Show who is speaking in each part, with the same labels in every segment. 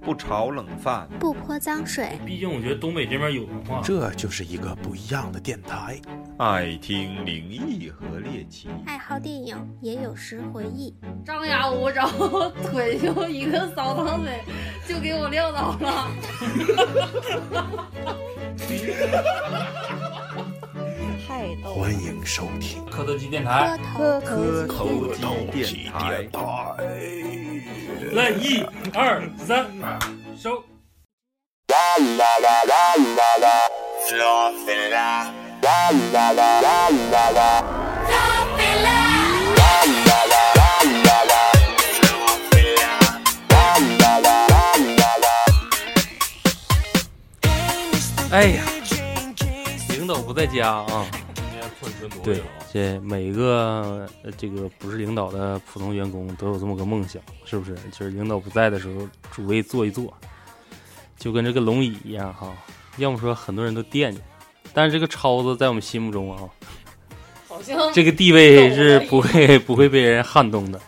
Speaker 1: 不炒冷饭，
Speaker 2: 不泼脏水，
Speaker 3: 毕竟我
Speaker 4: 嗯
Speaker 3: 觉得东北这边有文化。
Speaker 5: 这就是一个不一样的电台。
Speaker 1: 爱听灵异和猎奇。
Speaker 2: 爱好电影，也有时回忆。
Speaker 6: 嗯张牙舞爪， 腿就一个扫堂腿就给我撂倒了。
Speaker 7: 太逗了
Speaker 5: 欢迎收听
Speaker 3: 磕头机电
Speaker 2: 磕
Speaker 3: 台，
Speaker 2: 头
Speaker 7: 磕
Speaker 1: 头机电台，
Speaker 3: 来一二三，收。
Speaker 4: 哎呀，领导不在家啊。对，这每个呃这个不是领导的普通员工都有这么个梦想，是不是？就是领导不在的时候，主位坐一坐，就跟这个龙椅一样哈、要么说很多人都惦记，但是这个超子在我们心目中啊，
Speaker 6: 好像
Speaker 4: 这个地位是不会 不会被人撼动的。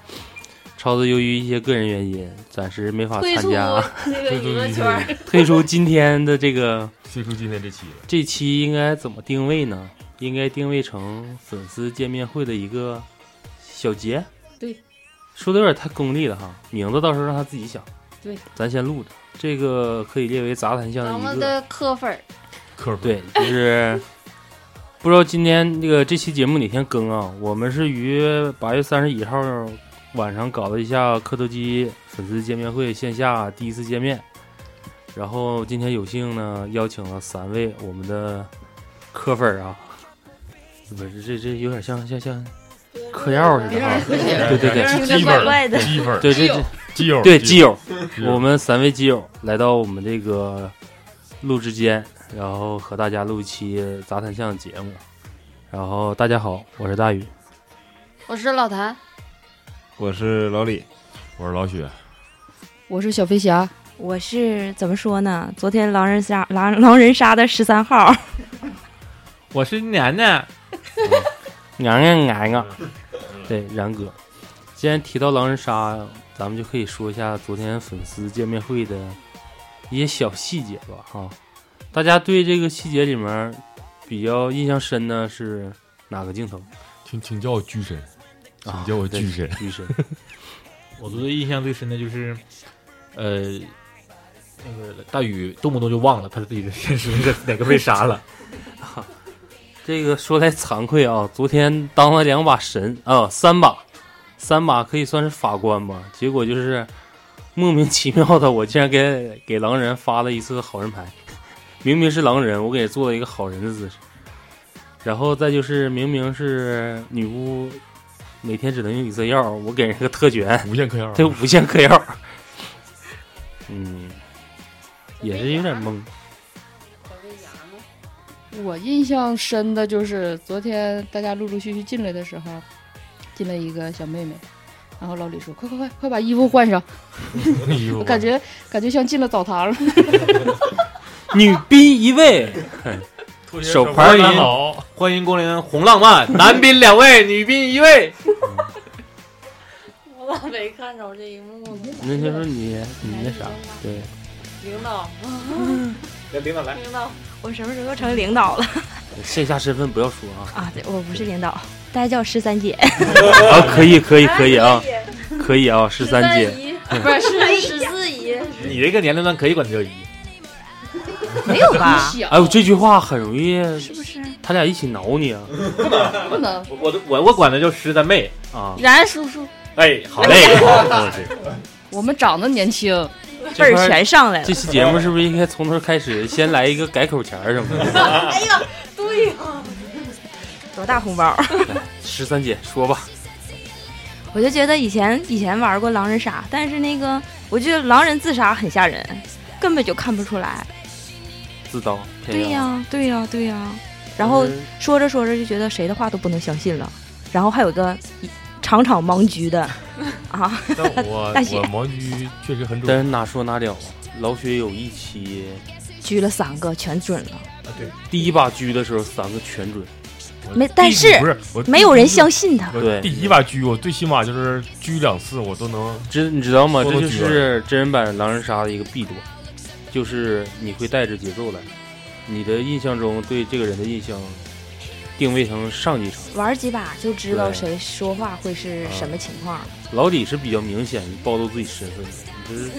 Speaker 4: 超子由于一些个人原因，暂时没法
Speaker 6: 退
Speaker 4: 参
Speaker 6: 出
Speaker 4: 加，
Speaker 6: 那个娱乐圈儿，
Speaker 4: 退出今天的这 个
Speaker 8: 推出今天这期了，
Speaker 4: 这期应该怎么定位呢？应该定位成粉丝见面会的一个小节。
Speaker 6: 对，
Speaker 4: 说的有点太功利了哈，名字到时候让他自己想。
Speaker 6: 对，
Speaker 4: 咱先录着，这个可以列为杂谈项
Speaker 6: 咱
Speaker 4: 的
Speaker 6: 们
Speaker 4: 一个。
Speaker 6: 的磕粉儿
Speaker 8: 科普
Speaker 4: 对，就是不知道今天这个这期节目哪天更啊？我们是于八月三十一号晚上搞了一下磕头机粉丝见面会线下第一次见面，然后今天有幸呢邀请了三位我们的磕粉儿啊，不是这这有点像像像嗑 药似的啊，对对
Speaker 7: 听
Speaker 4: 对，
Speaker 7: 着怪怪的
Speaker 8: 基粉儿，
Speaker 4: 对这这
Speaker 8: 基友，
Speaker 4: 对基
Speaker 8: 友，
Speaker 4: 友，
Speaker 8: 基友
Speaker 4: 我们三位基友来到我们这个录制间，然后和大家录一期杂谈项节目。然后大家好，我是大宇。
Speaker 6: 我是老谭，
Speaker 1: 我是老李，
Speaker 8: 我是老许，
Speaker 6: 我是小飞侠，
Speaker 7: 我是怎么说呢？昨天狼人杀狼狼人杀的十三 号，
Speaker 4: 我是楠楠，嗯娘娘娘娘，对，然哥。既然提到狼人杀，咱们就可以说一下昨天粉丝见面会的一些小细节吧，哈、大家对这个细节里面比较印象深的是哪个镜头？
Speaker 8: 请请叫我巨神，
Speaker 4: 啊
Speaker 8: 请叫我
Speaker 4: 对
Speaker 8: 巨神，
Speaker 4: 巨神，
Speaker 9: 我觉得印象最深的就是，呃，那个大宇动不动就忘了他自己的现实是哪个被杀 了，
Speaker 4: 这个说来惭愧啊，昨天当了两把神啊，三把，三把可以算是法官吧。结果就是莫名其妙的，我竟然给给狼人发了一次好人牌，明明是狼人，我给做了一个好人的姿势。然后再就是明明是女巫，每天只能用一次药，我给人个特权，
Speaker 8: 无限嗑药，
Speaker 4: 这无限嗑药。嗯，也是有点懵。
Speaker 10: 我印象深的就是昨天大家陆陆续续进来的时候，进来一个小妹妹，然后老李说：“快快快，快把衣服换上！”
Speaker 8: 哎呦，
Speaker 10: 感觉感觉像进了 澡堂。
Speaker 4: 女宾一位，手牌
Speaker 9: 一
Speaker 4: 一
Speaker 9: 好，欢迎光临红浪 漫，男宾两位，女宾一位。
Speaker 6: 我咋没看着这一幕呢？
Speaker 4: 那就说你你那
Speaker 7: 哎
Speaker 4: 啥，对。
Speaker 6: 领导，
Speaker 9: 领导来，
Speaker 6: 领导，
Speaker 7: 我什么时候成领导了
Speaker 4: 线下身份不要说啊！
Speaker 7: 啊？对，我不是领导，大家叫我十三姐。
Speaker 4: 啊，可以可以可以啊，可以啊，十三嗯姐，
Speaker 6: 姨，不是十四姨，
Speaker 9: 你这个年龄段可以管她叫姨，
Speaker 7: 没有 吧？
Speaker 10: 小
Speaker 4: 哎呦，这句话很容易，
Speaker 7: 啊是不是？
Speaker 4: 他俩一起挠你啊
Speaker 10: 不能
Speaker 9: 我我我我管她叫十三妹。
Speaker 4: 啊！
Speaker 6: 然叔叔，
Speaker 9: 哎，好嘞，
Speaker 10: 我们长得年轻，
Speaker 7: 辈
Speaker 4: 这
Speaker 7: 儿
Speaker 4: 块
Speaker 7: 全上来了
Speaker 4: 这。期节目是不是应该从头开始，先来一个改口前儿什么的？
Speaker 7: 哎
Speaker 6: 对呀、
Speaker 7: 多大红包？
Speaker 4: 十三姐说吧，
Speaker 7: 我就觉得以前以前玩过狼人杀，但是那个我觉得狼人自杀很吓人，根本就看不出来。
Speaker 4: 自刀。
Speaker 7: 对呀、对呀、对呀、然后
Speaker 4: 嗯
Speaker 7: 说着说着就觉得谁的话都不能相信了，然后还有个场场盲局 的啊，
Speaker 8: 但我
Speaker 7: 大姐
Speaker 8: 我盲狙确实很
Speaker 4: 但
Speaker 8: 准，
Speaker 4: 是哪说哪了啊，老雪有一期
Speaker 7: 狙了三个全准了，
Speaker 4: 第一把狙的时候三个全准，
Speaker 8: 啊我
Speaker 7: 没
Speaker 8: 第一
Speaker 7: 但是
Speaker 8: 不是我
Speaker 7: 没有人相信他
Speaker 8: 我
Speaker 4: 对
Speaker 8: 第一把狙，我最起码就是狙两次，我都能
Speaker 4: 知你知道吗？
Speaker 8: 多
Speaker 4: 这就
Speaker 8: 多举个
Speaker 4: 是真人版狼人杀的一个弊端，就是你会带着节奏来，你的印象中对这个人的印象定位成上几场。
Speaker 7: 玩几把就知道
Speaker 4: 对
Speaker 7: 谁说话会是什么情况了。
Speaker 4: 老李是比较明显暴露自己身份的，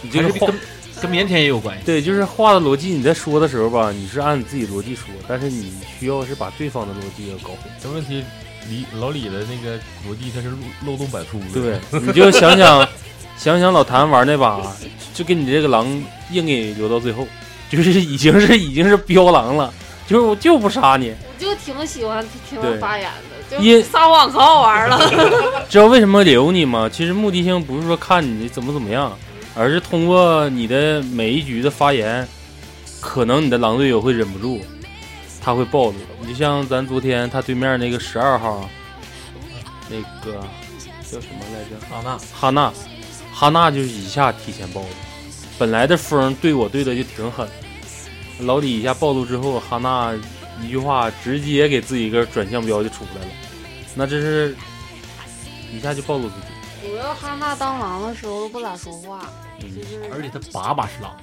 Speaker 4: 你这
Speaker 9: 还
Speaker 4: 是
Speaker 9: 是
Speaker 4: 你这个
Speaker 9: 跟
Speaker 4: 话
Speaker 9: 跟腼腆也有关系。
Speaker 4: 对，就是话的逻辑你在说的时候吧，你是按你自己逻辑说，但是你需要是把对方的逻辑要搞混。
Speaker 8: 这问题，李老李的那个逻辑他是漏漏洞百出的。
Speaker 4: 对，你就想 想，想想老谭玩那把，就跟你这个狼硬给留到最后，就是已经是已经是彪狼了，就是我就不杀你。
Speaker 6: 我就挺喜欢听他
Speaker 4: 对
Speaker 6: 发言的，
Speaker 4: 因
Speaker 6: 就撒谎可好玩 了。
Speaker 4: 知道为什么留你吗？其实目的性不是说看你怎么怎么样，而是通过你的每一局的发言，可能你的狼队友会忍不住，他会暴露。你就像咱昨天他对面那个十二号，那个叫什么来着？
Speaker 9: 啊，那
Speaker 4: 哈娜，哈娜就是一下提前暴露，本来的风对我对的就挺狠，老李一下暴露之后，哈娜一句话直接给自己一个转向标就出来了，那这是一下就暴露自己，
Speaker 6: 主要哈娜当狼的时候都不咋说话，就
Speaker 4: 嗯，
Speaker 6: 是
Speaker 9: 而且他把把是狼，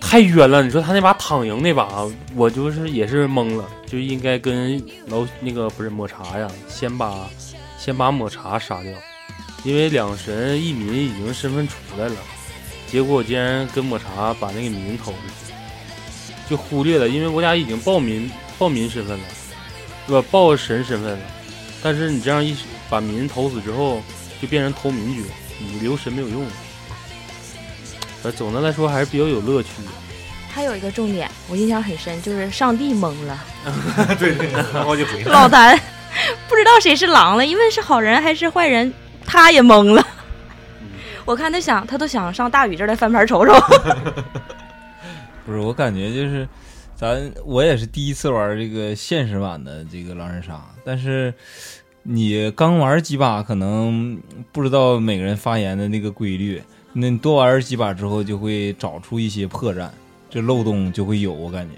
Speaker 4: 太冤了。你说他那把躺赢那把，啊我就是也是懵了，就应该跟老那个不是抹茶呀，先把先把抹茶杀掉，因为两神一民已经身份出来了，结果竟然跟抹茶把那个民投出去，就忽略了，因为我俩已经报民报民身份了，对吧？报神身份了，但是你这样一把民投死之后，就变成投民局，你留神没有用。呃，总的来说还是比较有乐趣的。
Speaker 7: 还有一个重点，我印象很深，就是上帝懵了，
Speaker 9: 然后就回
Speaker 7: 老谭不知道谁是狼了，因为是好人还是坏人，他也懵了。嗯我看他想，他都想上大宇这儿来翻盘 瞅瞅。
Speaker 1: 不是，我感觉就是，咱我也是第一次玩这个现实版的这个狼人杀，但是你刚玩几把，可能不知道每个人发言的那个规律，那你多玩几把之后，就会找出一些破绽，这漏洞就会有，我感觉。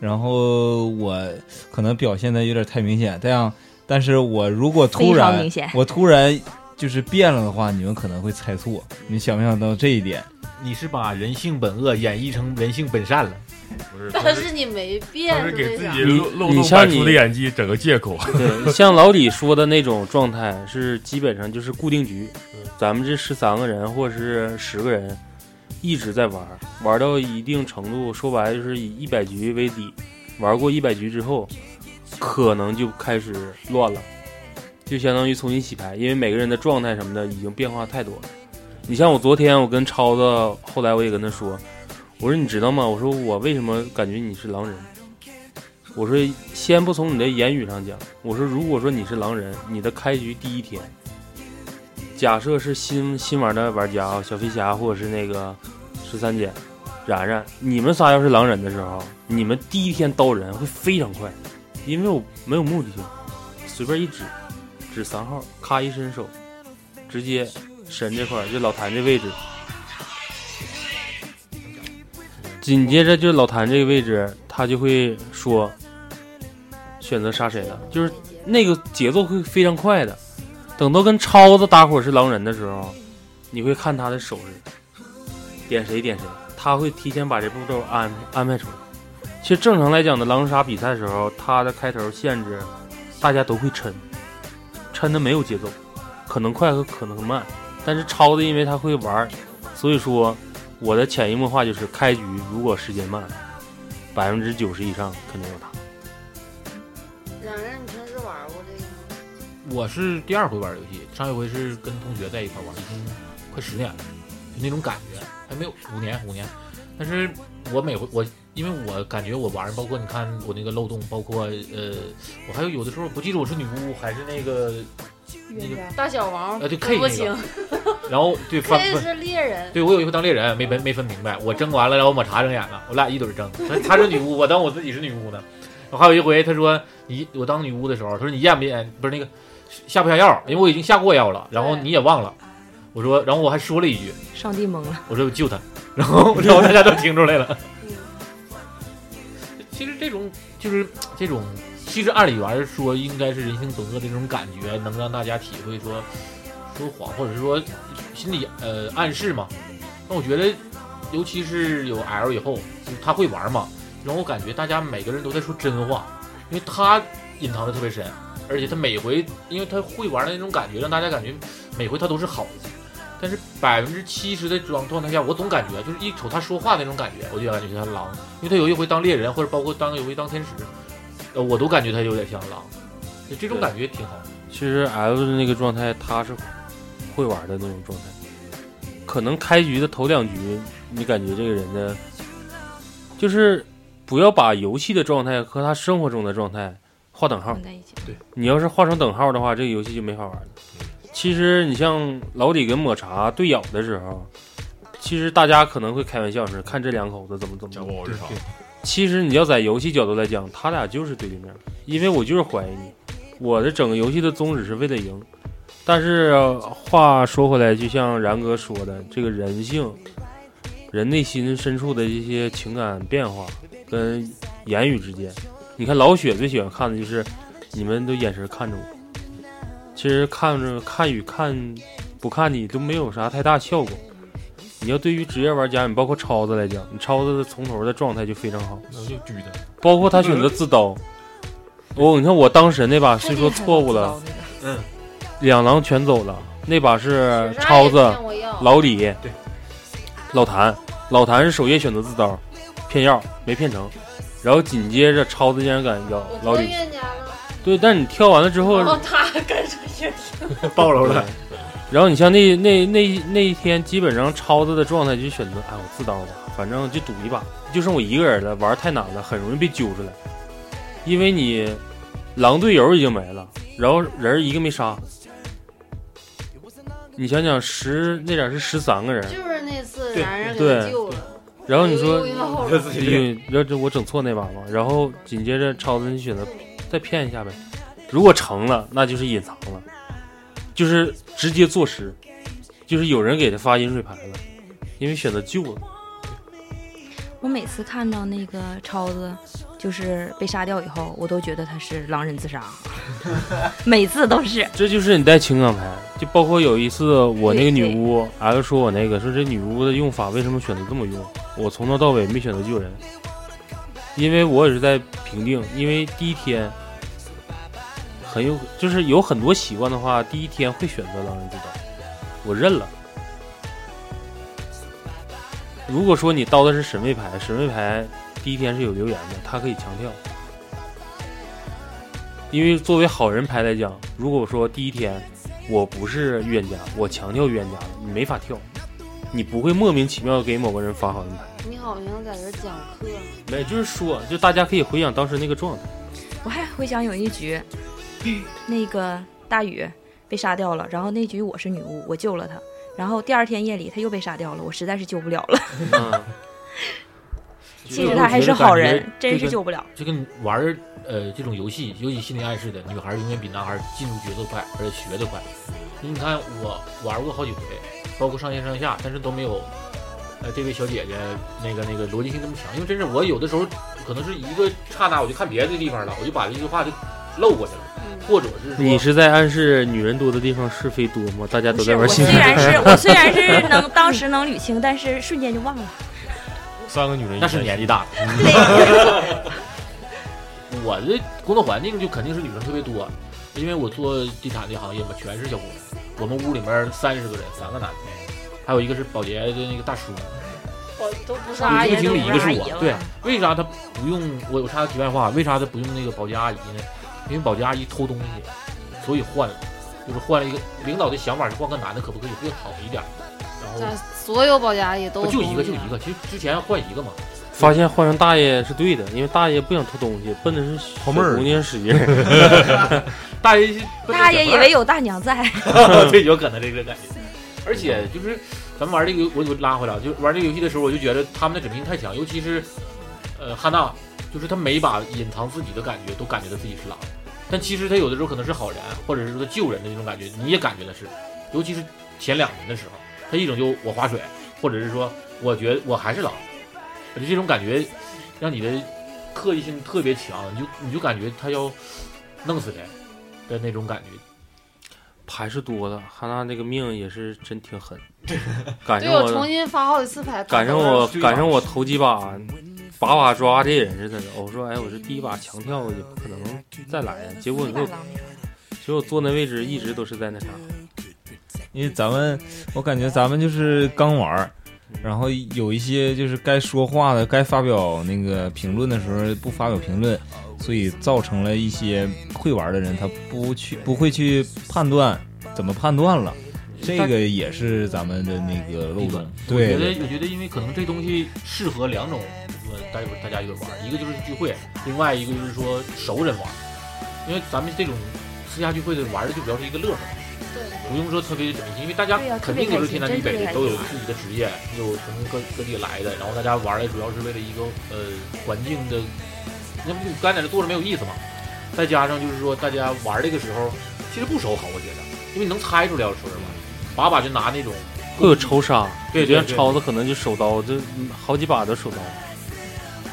Speaker 1: 然后我可能表现的有点太明显，这样，但是我如果突
Speaker 7: 非
Speaker 1: 然
Speaker 7: 常明显
Speaker 1: 我突然就是变了的话，你们可能会猜错，你想没想到这一点？
Speaker 9: 你是把人性本恶演绎成人性本善了，
Speaker 8: 不是，
Speaker 6: 但是你没变
Speaker 8: 他是
Speaker 6: 对
Speaker 8: 给自
Speaker 6: 象
Speaker 8: 己。漏
Speaker 4: 你
Speaker 8: 漏
Speaker 4: 你
Speaker 8: 洞
Speaker 4: 像
Speaker 8: 百出的
Speaker 4: 你
Speaker 8: 演技整个借口。
Speaker 4: 对，像老李说的那种状态是基本上就是固定局，嗯咱们这十三个人或者是十个人一直在玩，玩到一定程度，说白了就是以一百局为底，玩过一百局之后，可能就开始乱了，就相当于重新洗牌，因为每个人的状态什么的已经变化太多了。你像我昨天我跟超子，后来我也跟他说，我说你知道吗？我说我为什么感觉你是狼人？我说先不从你的言语上讲，我说如果说你是狼人，你的开局第一天，假设是新新玩的玩家啊，小飞侠或者是那个十三姐、然然，你们仨要是狼人的时候，你们第一天刀人会非常快，因为我没有目的性，随便一指，指三号，咔一伸手，直接神这块儿就老谭这位置。紧接着就是老谭这个位置，他就会说选择杀谁了，就是那个节奏会非常快的。等到跟超子搭伙是狼人的时候，你会看他的手势，点谁点谁，他会提前把这步骤安安排出来。其实正常来讲的狼人杀比赛的时候，他的开头限制大家都会抻，抻的没有节奏，可能快和可能慢。但是超子因为他会玩儿，所以说我的潜移默化就是开局如果时间慢，百分之九十以上肯定有他。
Speaker 6: 两人，你平时玩过这个吗？
Speaker 9: 我是第二回玩游戏，上一回是跟同学在一块玩，已经快十年了，就那种感觉，还没有五年五年。但是我每回我，因为我感觉我玩，包括你看我那个漏洞，包括呃，我还有有的时候不记得我是女巫还是那个，那个，
Speaker 6: 大小王
Speaker 9: 呃对
Speaker 6: 分
Speaker 9: K
Speaker 6: 不
Speaker 9: 那个
Speaker 6: 清
Speaker 9: 然后对翻
Speaker 6: ，K
Speaker 9: 翻
Speaker 6: 是猎人，
Speaker 9: 对我有一回当猎人，没
Speaker 7: 嗯
Speaker 9: 分没分明白，我争完了，然后抹茶睁眼了，我俩一对 儿争，他他是女巫，我当我自己是女巫呢。我还有一回，他说你我当女巫的时候，他说你验不验不是那个下不下药，因为我已经下过药了，然后你也忘了。我说，然后我还说了一句，
Speaker 7: 嗯上帝懵了，
Speaker 9: 我说我救他，然后然后大家都听出来了
Speaker 6: 嗯。
Speaker 9: 其实这种就是这种其实按理来说，应该是人性本恶的这种感觉，能让大家体会说说谎，或者是说心理呃暗示嘛。那我觉得，尤其是有 L 以后，就是他会玩嘛，然后我感觉大家每个人都在说真话，因为他隐藏的特别深，而且他每回，因为他会玩的那种感觉，让大家感觉每回他都是好的。但是百分之七十的状状态下，我总感觉就是一瞅他说话那种感觉，我就感觉他狼，因为他有一回当猎人，或者包括当有一回当天使，呃，我都感觉他有点像狼，就这种感觉挺好。
Speaker 4: 其实 L 的那个状态，他是会玩的那种状态。可能开局的头两局，你感觉这个人的，就是不要把游戏的状态和他生活中的状态画等号。
Speaker 8: 嗯
Speaker 5: 对，
Speaker 4: 你要是画成等号的话，这个游戏就没法玩了。其实你像老李跟抹茶对咬的时候，其实大家可能会开玩笑是看这两口子怎么怎么
Speaker 8: 讲我日常。
Speaker 4: 其实你要在游戏角度来讲，他俩就是对立面，因为我就是怀疑你，我的整个游戏的宗旨是为了赢。但是呃话说回来，就像然哥说的，这个人性，人内心深处的一些情感变化跟言语之间，你看老雪最喜欢看的就是你们都眼神看着我，其实看着看与看不看你都没有啥太大效果。你要对于职业玩家，你包括超子来讲，你超子的从头的状态就非常好，
Speaker 8: 那我就狙他。
Speaker 4: 包括他选择自刀。我、你看我当时那把虽说错误了，
Speaker 9: 嗯，
Speaker 4: 两狼全走了，那把是
Speaker 6: 雪山
Speaker 4: 超子
Speaker 6: 也见我要、
Speaker 4: 老李、
Speaker 9: 对，
Speaker 4: 老谭，老谭是首页选择自刀，骗药没骗成，然后紧接着超子竟然敢咬老
Speaker 6: 我
Speaker 4: 李，
Speaker 6: 冤家了，
Speaker 4: 对，但你跳完了之后
Speaker 11: 哦
Speaker 6: 然后哦他跟着也挺
Speaker 9: 暴露了。
Speaker 4: 然后你像那那那那一天，基本上超子的状态就选择，哎，我自刀吧，反正就赌一把，就剩我一个人了，玩太难了，很容易被揪出来，因为你狼队友已经没了，然后人儿一个没杀。你想想十那点儿是十三个人，
Speaker 6: 就是那次
Speaker 9: 对
Speaker 6: 男人给
Speaker 4: 对
Speaker 6: 他救了，
Speaker 4: 然后你说
Speaker 6: 哎呦然后
Speaker 4: 对，然后这我整错那把嘛，然后紧接着超子就选择再骗一下呗，如果成了，那就是隐藏了，就是直接坐实，就是有人给他发饮水牌了，因为选择救了，
Speaker 7: 我每次看到那个超子就是被杀掉以后，我都觉得他是狼人 自杀，每次都是。
Speaker 4: 这就是你带情感牌，就包括有一次我那个女巫 L 说我那个说这女巫的用法为什么选择这么用，我从头到尾没选择救人，因为我也是在评定，因为第一天。很有，就是有很多习惯的话，第一天会选择狼人自刀，我认了。如果说你刀的是神位牌，神位牌第一天是有留言的，它可以强跳。因为作为好人牌来讲，如果说第一天我不是预言家，我强跳预言家了，你没法跳，你不会莫名其妙地给某个人发好人牌。
Speaker 6: 你好像在这讲课，
Speaker 4: 没，就是说，就大家可以回想当时那个状态。
Speaker 7: 我还回想有一局，那个大宇被杀掉了，然后那局我是女巫，我救了他，然后第二天夜里他又被杀掉了，我实在是救不了 了。
Speaker 4: 嗯，
Speaker 7: 其实他还是好人
Speaker 9: 我觉得，
Speaker 7: 真是救不了。
Speaker 9: 这个玩儿呃这种游戏，尤其心理暗示的，女孩儿永远比男孩儿进入节奏快，而且学得快。你看我玩过好几回，包括上线上下，但是都没有呃这位小姐姐那个那个逻辑性这么强。因为真是我有的时候可能是一个刹那，我就看别的地方了，我就把这句话就漏过去了，或者是
Speaker 7: 嗯
Speaker 9: 说
Speaker 4: 你是在暗示女人多的地方是非多吗？大家都在玩
Speaker 7: 我
Speaker 4: 心
Speaker 7: 虽
Speaker 4: 理
Speaker 7: 然是我虽然 是能 当时能捋清，但是瞬间就忘了。
Speaker 8: 三个女人一嗯
Speaker 9: 那
Speaker 8: 开
Speaker 9: 是
Speaker 8: 始，
Speaker 9: 年纪大了。我的工作环境就肯定是女生特别多，因为我做地产这行业嘛，全是小姑娘。我们屋里面三十个人，三个男的，还有一个是保洁的那个大叔，
Speaker 6: 我都不是
Speaker 9: 一
Speaker 6: 阿
Speaker 9: 个
Speaker 6: 姨
Speaker 9: 经
Speaker 6: 都
Speaker 9: 理，一
Speaker 6: 不
Speaker 9: 个
Speaker 6: 是
Speaker 9: 是
Speaker 6: 阿姨
Speaker 9: 我。
Speaker 6: 了
Speaker 9: 对，，为啥他不用我？我插个题外话，为啥他不用那个保洁阿姨呢？因为保洁阿姨偷东西，所以换了，就是换了一个领导的想法是换个男的，可不可以更好一点？然
Speaker 6: 在所有保洁阿姨都
Speaker 9: 后就一个就一个，其实之前换一个嘛，
Speaker 4: 发现换成大爷是对的，因为大爷不想偷东西，奔的是小
Speaker 8: 好妹儿
Speaker 4: 姑 娘使劲儿。
Speaker 9: 大爷是
Speaker 7: 大爷以为有大 娘在，
Speaker 9: 对，有可能这个感觉。而且就是咱们玩这个游，我我拉回来，就玩这个游戏的时候，我就觉得他们的整屏太强，尤其是呃汉娜，就是他每一把隐藏自己的感觉，都感觉到自己是狼，但其实他有的时候可能是好人，或者是说救人的那种感觉，你也感觉的是，尤其是前两轮的时候，他一整就我划水，或者是说我觉得我还是狼，我觉得这种感觉让你的刻意性特别强，你就你就感觉他要弄死谁的那种感觉。
Speaker 4: 牌是多的，哈娜这个命也是真 挺狠，赶
Speaker 6: 对
Speaker 4: 上
Speaker 6: 我
Speaker 4: 我
Speaker 6: 重新发好几次牌，
Speaker 4: 赶上我赶上我头几把，把把抓这人似的。我说哎，我这第一把强跳也不可能再来呀。结果你给我，结果坐那位置一直都是在那啥。
Speaker 1: 因为咱们，我感觉咱们就是刚玩儿，
Speaker 9: 嗯
Speaker 1: 然后有一些就是该说话的、该发表那个评论的时候不发表评论，
Speaker 9: 啊
Speaker 1: 所以造成了一些会玩的人他不去不会去判断怎么判断了，这个也是咱们的那个漏洞。对
Speaker 9: 我觉
Speaker 1: 对，
Speaker 9: 得我觉得因为可能这东西适合两种，呃，大家大家一个玩儿，一个就是聚会，另外一个就是说熟人玩儿，因为咱们这种私下聚会的玩儿的就主要是一个乐呵。不用说特别怎么，因为大家
Speaker 6: 对呀特
Speaker 9: 肯
Speaker 6: 别
Speaker 9: 定都是
Speaker 6: 开心
Speaker 9: 天南地
Speaker 6: 真
Speaker 9: 北
Speaker 6: 特别
Speaker 9: 的，
Speaker 6: 开
Speaker 9: 都有
Speaker 6: 心
Speaker 9: 自己的职业，有从各各地来的，然后大家玩儿来主要是为了一个呃环境的，那不干在这坐着没有意思嘛。再加上就是说大家玩儿这个时候其实不熟好，我觉得，因为你能猜出来要说什么，把把就拿那种
Speaker 4: 会有仇杀，
Speaker 9: 对
Speaker 4: 我觉得
Speaker 9: 对对
Speaker 4: 超子可能就手刀，就嗯好几把都手刀，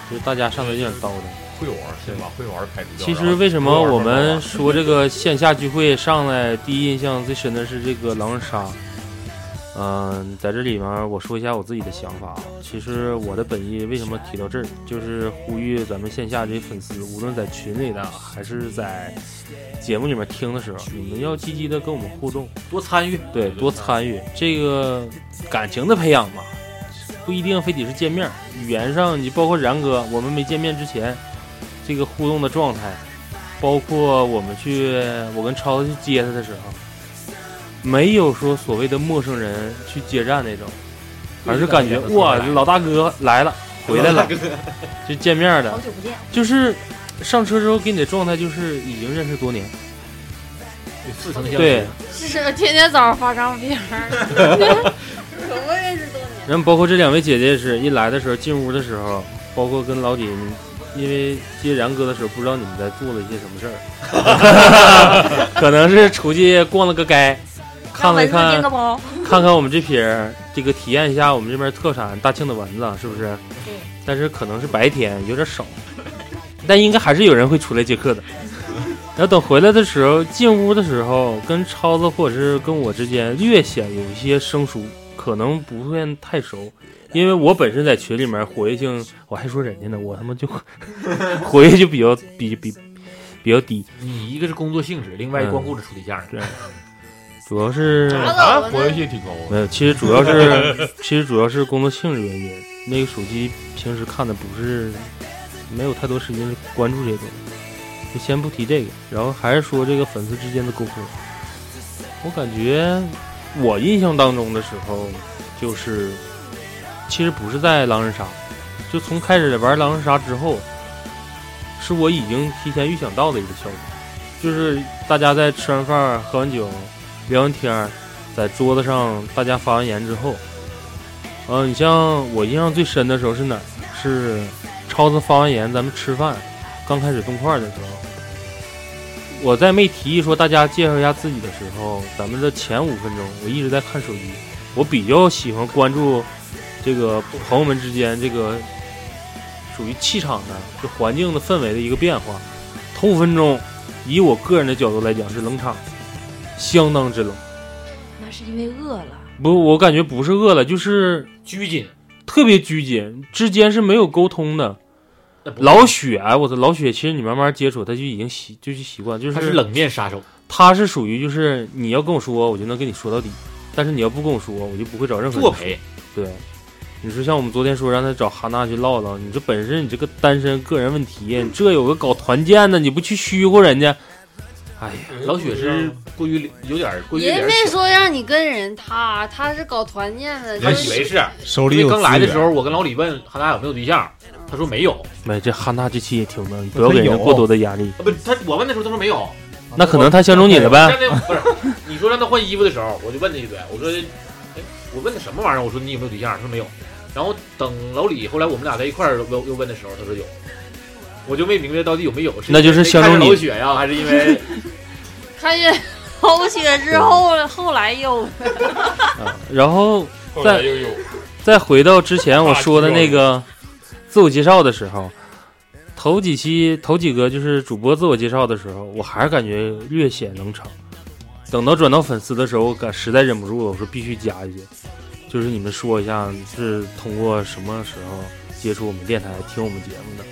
Speaker 4: 就是大家上来有点叨的。
Speaker 8: 会玩是吧？会玩排除掉。
Speaker 4: 其实为什么我们说这个线下聚会上来第一印象最深的是这个狼人杀？嗯、在这里面我说一下我自己的想法啊。其实我的本意为什么提到这儿，就是呼吁咱们线下这些粉丝，无论在群里的还是在节目里面听的时候，你们要积极的跟我们互动，
Speaker 9: 多参与，
Speaker 4: 对，多参与这个感情的培养嘛，不一定非得是见面儿，语言上你包括然哥，我们没见面之前，这个互动的状态，包括我们去我跟超子去接他的时候，没有说所谓的陌生人去接站那种，而是感觉
Speaker 9: 对
Speaker 4: 哇
Speaker 9: 对对
Speaker 4: 老大哥来了，回来
Speaker 9: 老大
Speaker 4: 了
Speaker 9: 哥，
Speaker 4: 就见面儿了，
Speaker 6: 好久不见
Speaker 4: 就是上车之后给你的状态就是已经认识多年，
Speaker 9: 似曾相识
Speaker 4: 对。
Speaker 6: 是天天早上发张片 儿，可不认识多年。
Speaker 4: 然后包括这两位姐姐也是，一来的时候进屋的时候，包括跟老李，因为接然哥的时候，不知道你们在做了一些什么事 儿，可能是出去逛了个街，看
Speaker 6: 让
Speaker 4: 了
Speaker 6: 蚊子
Speaker 4: 看
Speaker 6: 叮个包，
Speaker 4: 看看我们这撇儿，这个体验一下我们这边特产大庆的蚊子，是不是？但是可能是白天有点少，但应该还是有人会出来接客的。然后等回来的时候，进屋的时候，跟超子或者是跟我之间略显有一些生疏，可能不算太熟，因为我本身在群里面活跃性，我还说人家呢，我他妈就活跃就比较比比比较低，
Speaker 9: 你一个是工作性质，另外一个光顾着处对象。
Speaker 4: 嗯对，主要是
Speaker 8: 啊，活跃性挺高
Speaker 4: 没有，其实主要是其实主要是工作性质原因。那个手机平时看的不是，没有太多时间去关注这些东西，就先不提这个。然后还是说这个粉丝之间的沟通，我感觉我印象当中的时候，就是其实不是在狼人杀，就从开始玩狼人杀之后，是我已经提前预想到的一个效果，就是大家在吃完饭、喝完酒、聊完天儿，在桌子上大家发完言之后，嗯、你像我印象最深的时候是哪儿？是超子发完言，咱们吃饭，刚开始动块儿的时候，我在没提议说大家介绍一下自己的时候，咱们的前五分钟我一直在看手机，我比较喜欢关注这个朋友们之间这个属于气场的、就环境的氛围的一个变化。头五分钟，以我个人的角度来讲是冷场，相当之冷。
Speaker 7: 那是因为饿了，
Speaker 4: 不，我感觉不是饿了，就是
Speaker 9: 拘谨，
Speaker 4: 特别拘谨，之间是没有沟通的。
Speaker 9: 那不
Speaker 4: 老雪，哎我操，老雪，其实你慢慢接触，他就已经习，就是习惯，就是
Speaker 9: 他是冷面杀手，
Speaker 4: 他是属于就是你要跟我说，我就能跟你说到底，但是你要不跟我说，我就不会找任何人
Speaker 9: 作陪。
Speaker 4: 对，你说像我们昨天说让他找哈娜去唠唠，你这本身你这个单身个人问题，你这有个搞团建的，你不去虚乎人家，哎呀，
Speaker 9: 老雪是过于有点儿过于有
Speaker 6: 人
Speaker 9: 点儿
Speaker 6: 没
Speaker 9: 小
Speaker 6: 说让你跟人他，他是搞团建的，
Speaker 9: 他
Speaker 6: 就
Speaker 9: 以
Speaker 6: 是
Speaker 9: 为是，
Speaker 1: 手
Speaker 9: 啊因
Speaker 1: 里
Speaker 9: 为
Speaker 1: 有
Speaker 9: 刚来的时
Speaker 1: 资源，
Speaker 9: 候，我跟老李问哈娜有没有对象，他说没有。啊
Speaker 4: 没哎这哈娜这期也听到，你不要给人家过多的压力，
Speaker 9: 不，他我问的时候他说没有。
Speaker 4: 那可能他相中你了呗。
Speaker 9: 站在不是，你说让他换衣服的时候，我就问他一嘴，我说，哎，我问他什么玩意儿？我说你有没有对象？他说没有。然后等老李后来我们俩在一块儿又又问的时候，他说有。我就没明白到底有没有，因为
Speaker 4: 那就是相中你
Speaker 9: 看着老雪呀、还是因 为
Speaker 6: 看见老雪之后，后来又
Speaker 4: 啊然后
Speaker 8: 后来又有
Speaker 4: 再回到之前我说的那个自我介绍的时候，头几期头几个就是主播自我介绍的时候，我还是感觉略显冷场。等到转到粉丝的时候，我感实在忍不住了，我说必须加一句，就是你们说一下是通过什么时候接触我们电台、听我们节目的。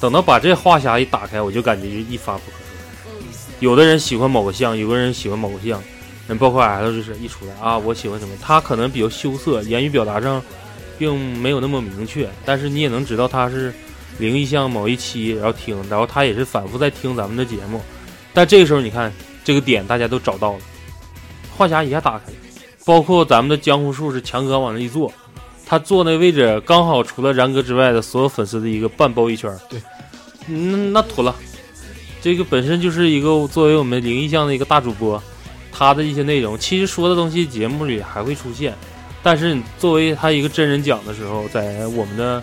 Speaker 4: 等到把这话匣一打开，我就感觉就一发不可收拾。有的人喜欢某个项，有的人喜欢某个项，人包括 L 就是一出来啊，我喜欢什么，他可能比较羞涩，言语表达上并没有那么明确，但是你也能知道他是灵异向某一期，然后听，然后他也是反复在听咱们的节目。但这个时候你看这个点大家都找到了，话匣一下打开，包括咱们的江湖术士强哥往那一坐，他坐那位置刚好除了然哥之外的所有粉丝的一个半包一圈。
Speaker 9: 对，
Speaker 4: 那那妥了。这个本身就是一个作为我们灵异向的一个大主播，他的一些内容，其实说的东西节目里还会出现，但是你作为他一个真人讲的时候，在我们的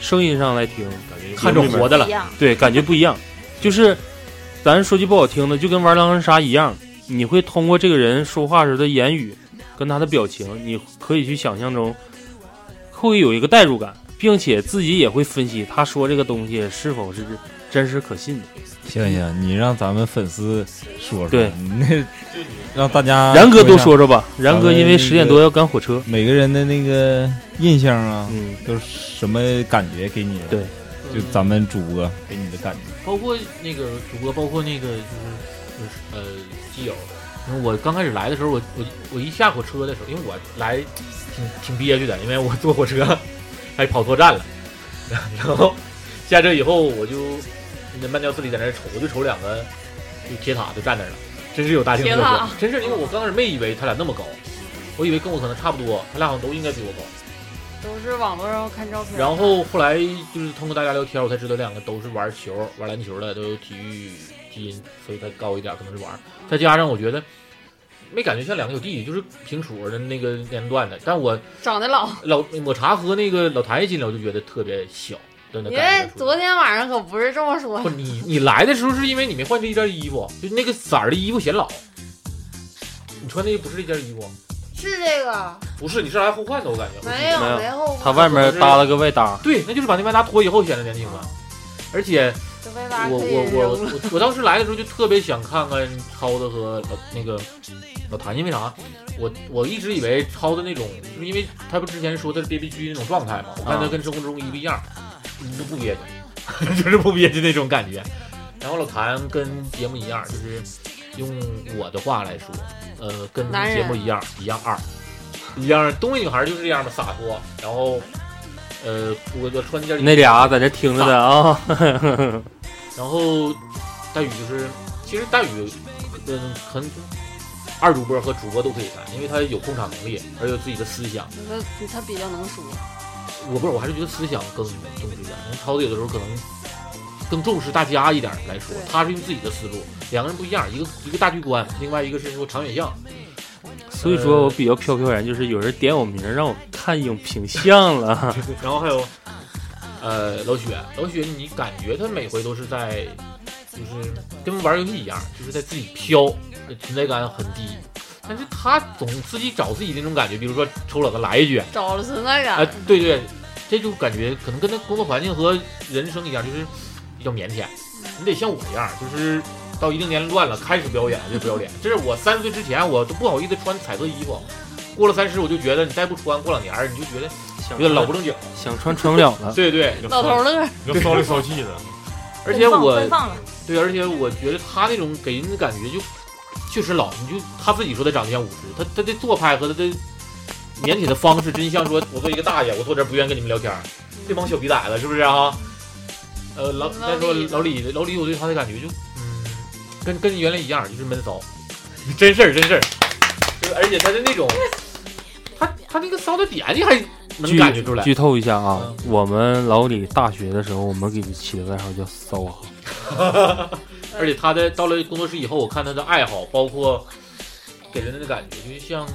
Speaker 4: 声音上来听，感觉
Speaker 9: 看着活的了不一样
Speaker 4: 对，感觉不一样。就是咱说句不好听的，就跟玩狼人杀一样，你会通过这个人说话时的言语跟他的表情，你可以去想象中会有一个代入感，并且自己也会分析他说这个东西是否是真实可信的。
Speaker 1: 行行，你让咱们粉丝说说，
Speaker 4: 对
Speaker 1: 那让大家
Speaker 4: 然哥多说说吧然哥
Speaker 1: 咱们
Speaker 4: 因为
Speaker 1: 那个
Speaker 4: 10点多要赶火车，
Speaker 1: 每个人的那个印象啊，
Speaker 4: 嗯，
Speaker 1: 都是什么感觉给你？
Speaker 4: 对，
Speaker 1: 就咱们主播给你的感觉。
Speaker 9: 包括那个主播，包括那个就是就是呃基友。因为我刚开始来的时候，我我我一下火车的时候，因为我来挺挺憋屈的，因为我坐火车还跑错站了。 然后下车以后，我就那慢条斯理在那儿瞅，我就瞅两个就铁塔就站那儿了，真是有大庆特
Speaker 6: 铁塔
Speaker 9: 色，真是因为我刚开始没以为他俩那么高，我以为跟我可能差不多，他俩好像都应该比我高。
Speaker 6: 都是网络上看照片。
Speaker 9: 然后后来就是通过大家聊天，我才知道两个都是玩球、玩篮球的，都有体育基因，所以他高一点可能是玩。再加上我觉得没感觉像两个有弟弟，就是平处的那个年龄段的。但我
Speaker 6: 长得老，
Speaker 9: 老抹茶和那个老谭一进来，我就觉得特别小，真的
Speaker 6: 因
Speaker 9: 感
Speaker 6: 为
Speaker 9: 觉出来。
Speaker 6: 昨天晚上可不是这么说
Speaker 9: 不，
Speaker 6: 的。
Speaker 9: 你你来的时候是因为你没换这一件衣服，就那个色儿的衣服显老。你穿的不是这件衣服，
Speaker 6: 是这个，
Speaker 9: 不是，你是来互换的，我感觉。
Speaker 6: 没有没有，
Speaker 4: 他外面搭了个外搭，
Speaker 9: 对，那就是把那外搭脱以后显得年轻了。而且
Speaker 6: 这外搭
Speaker 9: 我
Speaker 6: 可以
Speaker 9: 我我
Speaker 6: 扔了
Speaker 9: 我我当 时来的时候就特别想看看超子和老那个老谭，因为啥？我我一直以为超子那种，就是因为他不之前说他是憋憋屈那种状态嘛，我看他
Speaker 4: 啊
Speaker 9: 跟生活中一不一样，都不憋屈，就是不憋屈那种感觉。然后老谭跟节目一样，就是用我的话来说，呃，跟
Speaker 6: 男人
Speaker 9: 节目一样一样二，一样东北女孩就是这样的洒脱，然后呃，我我穿一件
Speaker 4: 那俩在这听着呢啊，
Speaker 9: 然后大宇就是，其实大宇，嗯，很二主播和主播都可以干，因为他有控场能力，而且有自己的思想。
Speaker 6: 他他比较能说，
Speaker 9: 我不是，我还是觉得思想更更重要。因为超子有的时候可能更重视大家一点来说，他是用自己的思路，两个人不一样，一个一个大局观，另外一个是说长远项。
Speaker 4: 所以说我比较飘飘然，就是有人点我名儿让我看影评像 了。
Speaker 9: 然后还有，呃，老雪，老雪，你感觉他每回都是在，就是跟玩游戏一样，就是在自己飘，存在感很低。但是他总自己找自己那种感觉，比如说抽老子来一句，啊、
Speaker 6: 找了存在感。
Speaker 9: 对对，这就感觉可能跟他工作环境和人生一样，就是比较腼腆。你得像我一样，就是到一定年龄段了，开始表演就不要脸。这是我三十岁之前，我都不好意思穿彩色衣服，过了三十，我就觉得你再不穿，过两年儿你就觉得
Speaker 4: 想
Speaker 9: 有点老不正经。
Speaker 4: 想穿穿不了了。
Speaker 9: 对对，
Speaker 6: 老头 乐，
Speaker 8: 要骚里骚气的。
Speaker 9: 而且我
Speaker 7: 奔放了，
Speaker 9: 对，而且我觉得他那种给人的感觉就确实老，你就他自己说他长得像五十，他他的做派和他的腼腆的方式，真像说我做一个大爷，我坐这儿不愿意跟你们聊天儿，这帮小逼崽子是不是啊？呃，老再说老李，老李，我对他的感觉就嗯，跟跟原来一样，就是闷 骚，真事儿真事儿，就是而且他的那种，他他那个骚的点你还 能
Speaker 4: 剧
Speaker 9: 感觉出来，
Speaker 4: 剧透一下啊，我们老李大学的时候，我们给他起的外号叫骚啊。
Speaker 9: 而且他的到了工作室以后，我看他的爱好，包括给人的感觉，就像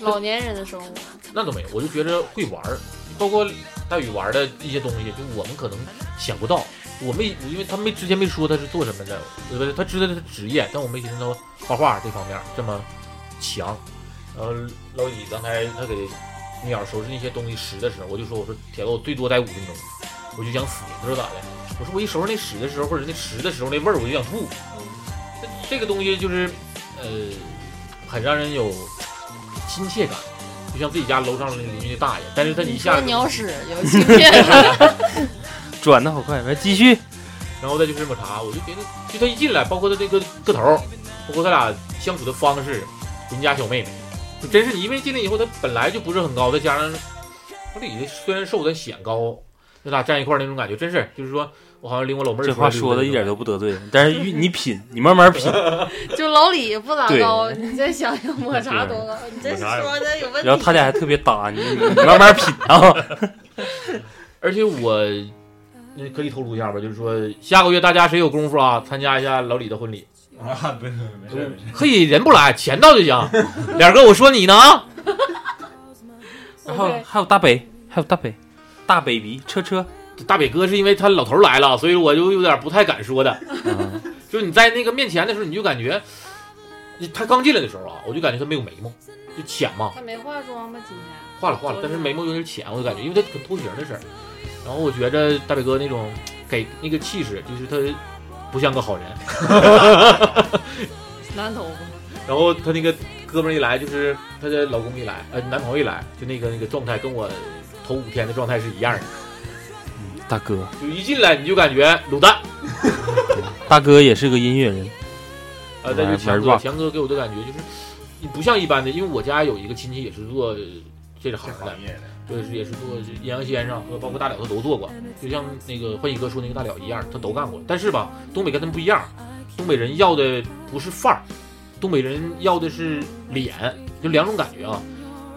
Speaker 6: 老年人的生活，
Speaker 9: 那都没有，我就觉着会玩儿，包括大宇玩儿的一些东西，就我们可能想不到。我没，因为他没之前没说他是做什么的，呃不是他知道他是职业，但我没寻思到画画这方面这么强。然后老李刚才他给鸟收拾那些东西拾的时候，我就说我说铁子我最多待五分钟，我就想死，你知道咋的？我说我一收拾那屎的时候，或者那屎的时候那味儿，我就想吐。这这个东西就是，呃，很让人有亲切感，就像自己家楼上邻居那大爷，但是他一下
Speaker 10: 说
Speaker 9: 子
Speaker 10: 鸟 屎有欺骗感
Speaker 4: 转的好快，来继续。
Speaker 9: 然后再就是抹茶，我就觉得就他一进来，包括他这个个头儿，包括他俩相处的方式，邻家小妹妹，就真是你因为进来以后，他本来就不是很高，再加上我李虽然瘦，但显高，就俩站一块儿那种感觉，真是就是说我好像领我老妹儿
Speaker 4: 这话说的一点都不得罪人，但是遇你品，你慢慢品，
Speaker 6: 就老李不咋
Speaker 4: 对
Speaker 6: 高，你再想想抹茶多高，你这说的有问题。
Speaker 4: 然后他俩还特别搭，你你你慢慢品啊。
Speaker 9: 而且我那可以透露一下吧，就是说下个月大家谁有功夫啊，参加一下老李的婚礼。
Speaker 8: 啊，不是没事没事。
Speaker 9: 嘿，人不来，钱到就行。脸哥，我说你呢啊，
Speaker 4: 然后还有大北，还有大北，大 baby 车车，
Speaker 9: 大北哥是因为他老头来了，所以我就有点不太敢说的。
Speaker 4: 嗯
Speaker 9: 就是你在那个面前的时候，你就感觉他刚进来的时候啊，我就感觉他没有眉毛，就浅嘛，
Speaker 6: 他没化妆吧？今天
Speaker 9: 画了画了，但是眉毛有点浅，我就感觉，因为他很拖鞋的事儿。然后我觉着大北哥那种给那个气势，就是他不像个好人。
Speaker 6: 男头发，
Speaker 9: 然后他那个哥们儿一来，就是她的老公一来，呃，男朋友一来，就那个那个状态跟我头五天的状态是一样的，
Speaker 4: 大哥，
Speaker 9: 就一进来你就感觉卤蛋，
Speaker 4: 大哥也是个音乐人，
Speaker 9: 呃，但是强
Speaker 4: 玩
Speaker 9: 哥，
Speaker 4: 儿吧
Speaker 9: 强哥给我的感觉就是，你不像一般的，因为我家有一个亲戚也是做这个行的，对，是也是做阴阳先生，包括大了他都做过，就像那个欢喜哥说那个大了一样，他都干过。但是吧，东北跟他们不一样，东北人要的不是范儿，东北人要的是脸，就两种感觉啊，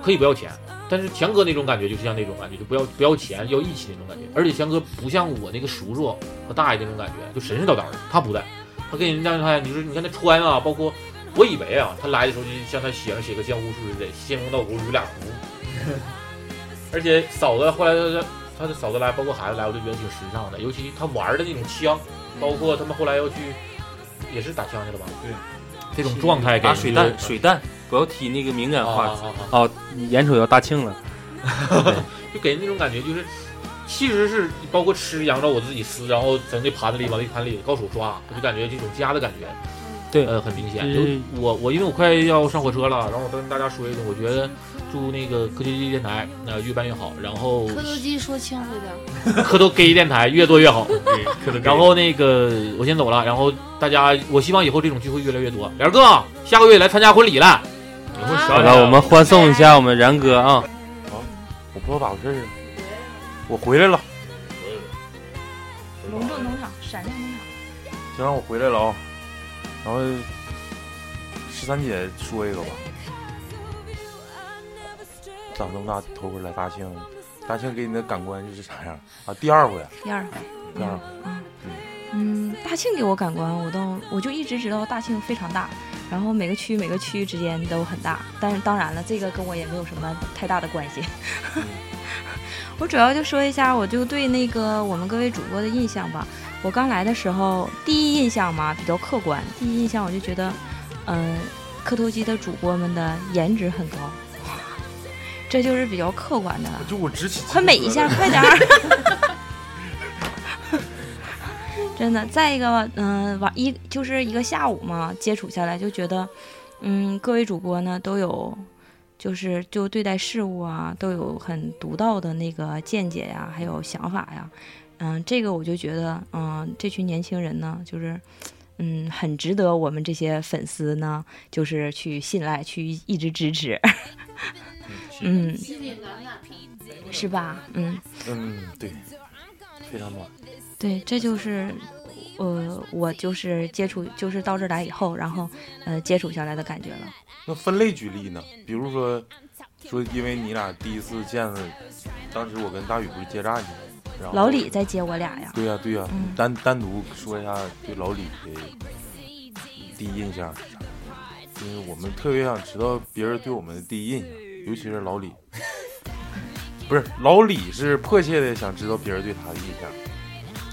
Speaker 9: 可以不要钱。但是强哥那种感觉就是像那种感觉，就不要不要钱，要义气那种感觉。而且强哥不像我那个叔叔和大爷那种感觉，就神神叨叨的。他不在，他跟人家他，你说你看他穿啊，包括我以为啊，他来的时候就像他写上写个江湖术似的，仙风道骨与俩 胡。而且嫂子后来他他他的嫂子来，包括孩子来，我就觉得挺时尚的。尤其他玩的那种枪，包
Speaker 4: 嗯
Speaker 9: 括他们后来要去，也是打枪去了吧？
Speaker 8: 对，
Speaker 9: 这种状态给
Speaker 4: 打
Speaker 9: 人
Speaker 4: 水
Speaker 9: 觉得
Speaker 4: 弹，水弹，不要提那个敏感
Speaker 9: 啊啊
Speaker 4: 话题
Speaker 9: 啊啊！
Speaker 4: 哦，你眼瞅要大庆了，
Speaker 9: 就给人那种感觉，就是其实是包括吃羊肉，我自己撕，然后在那盘子里往那盘里高手抓，我就感觉这种家的感觉，
Speaker 4: 对
Speaker 9: 呃，很明显。
Speaker 4: 嗯
Speaker 9: 就我我因为我快要上火车了，然后我跟大家说一句，我觉得祝那个科学基电台呃越办越好，然后
Speaker 6: 磕头机说清楚点，
Speaker 9: 科都 gay 电台越做越好。
Speaker 8: 可得
Speaker 9: 然后那个我先走了，然后大家我希望以后这种聚会越来越多。莲儿哥，下个月来参加婚礼了，以后
Speaker 6: 啊
Speaker 9: 少
Speaker 4: 好
Speaker 9: 点
Speaker 4: 了，我们欢送一下我们然哥啊。我不知道咋回事儿，我回来了，
Speaker 7: 隆重登场，闪亮登场。
Speaker 12: 行，我回来了啊、然后十三姐说一个吧，长这么大头回来大庆，大庆给你的感官就是啥样啊？第二回，
Speaker 7: 第二回，
Speaker 12: 第二回，
Speaker 7: 嗯，大庆给我感官，我到我就一直知道大庆非常大，然后每个区每个区之间都很大，但是当然了，这个跟我也没有什么太大的关系。我主要就说一下，我就对那个我们各位主播的印象吧。我刚来的时候，第一印象嘛比较客观，第一印象我就觉得，嗯、磕头机的主播们的颜值很高，这就是比较客观的了。
Speaker 12: 就我直起
Speaker 7: 快美一下，快点儿！ 真的，再一个，嗯、晚一就是一个下午嘛，接触下来就觉得，嗯，各位主播呢都有，就是就对待事物啊，都有很独到的那个见解呀，还有想法呀，嗯，这个我就觉得，嗯，这群年轻人呢，就是，嗯，很值得我们这些粉丝呢，就是去信赖，去一直支持，嗯，
Speaker 6: 心里暖暖。
Speaker 7: 是吧？嗯。
Speaker 12: 啊嗯，对，非常棒。
Speaker 7: 对，这就是，呃，我就是接触，就是到这儿来以后，然后呃接触下来的感觉了。
Speaker 12: 那分类举例呢？比如说，说因为你俩第一次见了，当时我跟大宇不是接站去吗，然后
Speaker 7: 老李在接我俩呀，
Speaker 12: 对呀、对呀、
Speaker 7: 嗯
Speaker 12: 单单独说一下对老李的第一印象是啥？就是我们特别想知道别人对我们的第一印象，尤其是老李。 不是老李是迫切的想知道别人对他的印象。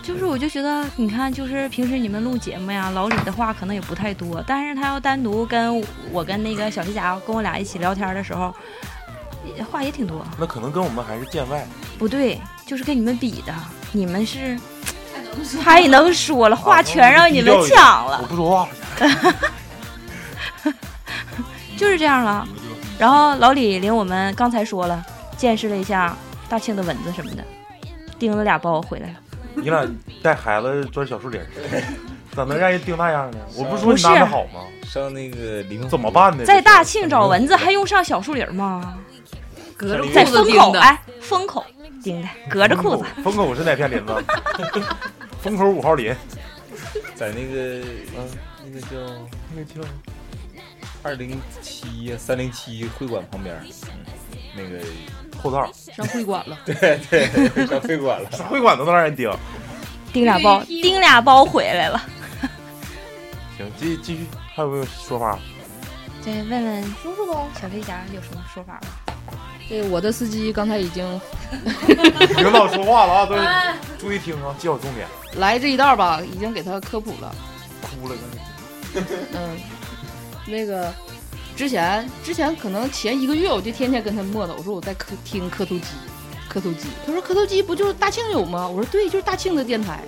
Speaker 7: 就是我就觉得，你看，就是平时你们录节目呀，老李的话可能也不太多，但是他要单独跟我跟那个小皮夹跟我俩一起聊天的时候，也话也挺多。
Speaker 12: 那可能跟我们还是见外。
Speaker 7: 不对，就是跟你们比的，你们是
Speaker 6: 说
Speaker 7: 太能说了，话全让你们抢了。
Speaker 12: 我不说话了。
Speaker 7: 就是这样了。然后老李领我们刚才说了，见识了一下大庆的蚊子什么的，叮了俩包回来了。
Speaker 12: 你俩带孩子钻小树 林儿，咋能让人盯那样呢？我不是说
Speaker 7: 不
Speaker 12: 你
Speaker 7: 是
Speaker 12: 拿的好吗？
Speaker 1: 上那个黎明
Speaker 12: 怎么办呢？
Speaker 7: 在大庆找蚊子还用上小树林吗？
Speaker 12: 隔着裤子
Speaker 7: 在风口
Speaker 12: 叮的
Speaker 7: 哎，风口叮的，隔着裤子。
Speaker 12: 这风口是哪片林子？风口五号林。
Speaker 1: 在那个那
Speaker 12: 嗯
Speaker 1: 个叫那个叫二零七三零七会馆旁边儿，嗯那个
Speaker 12: 后 道
Speaker 10: 上会馆了
Speaker 1: 对对，上会馆了，
Speaker 12: 上会馆都能让人盯。
Speaker 7: 叮俩包，叮俩包回来了。
Speaker 12: 行，继继续，还有没有说 法？
Speaker 7: 再问问叔叔吧，小飞侠有什么说法吗？
Speaker 10: 对，我的司机刚才已经
Speaker 12: 领导说话了啊，都是注意听啊，记好重点。
Speaker 10: 来这一道吧，已经给他科普了。
Speaker 12: 哭了，
Speaker 10: 嗯，那个之前之前可能前一个月我就天天跟他磨叨，我说我在磕听磕头机，磕头机。他说磕头机不就是大庆有吗？我说对，就是大庆的电台。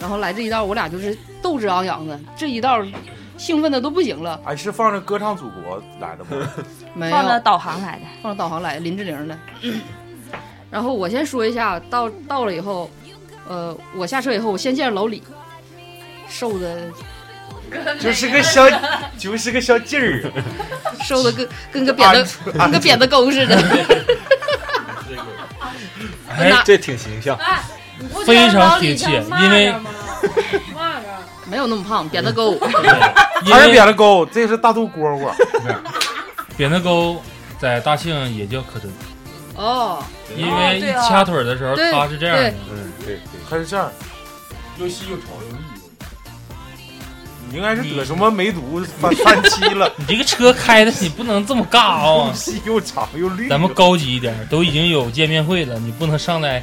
Speaker 10: 然后来这一道，我俩就是斗志昂扬的，这一道兴奋的都不行了。
Speaker 12: 哎，是放着歌唱祖国来的吗？
Speaker 10: 没有
Speaker 7: 放了导航来的，
Speaker 10: 放了导航来的，林志玲的。 然后我先说一下，到到了以后，呃，我下车以后，我先见着老李，瘦的
Speaker 12: 就是个小，就是个小劲儿，
Speaker 10: 瘦的跟跟个扁子跟个扁子沟 似的。
Speaker 1: 哎
Speaker 10: 那，
Speaker 1: 这挺形象，
Speaker 4: 非常贴切，因为
Speaker 10: 没有那么胖，扁子沟。
Speaker 12: 还是扁了沟，这是大肚蝈蝈。
Speaker 4: 扁担沟在大庆也叫可墩，
Speaker 10: 哦，
Speaker 4: 因为一掐腿儿的时候
Speaker 10: 对
Speaker 4: 他是这样的
Speaker 10: 对，
Speaker 12: 嗯，对对，他是这样，
Speaker 8: 又细又长又密。
Speaker 12: 你应该是得什么梅毒犯三 期了。
Speaker 4: 你这个车开的你不能这么尬啊、
Speaker 12: 又细又长又绿。
Speaker 4: 咱们高级一点，都已经有见面会了，你不能上来，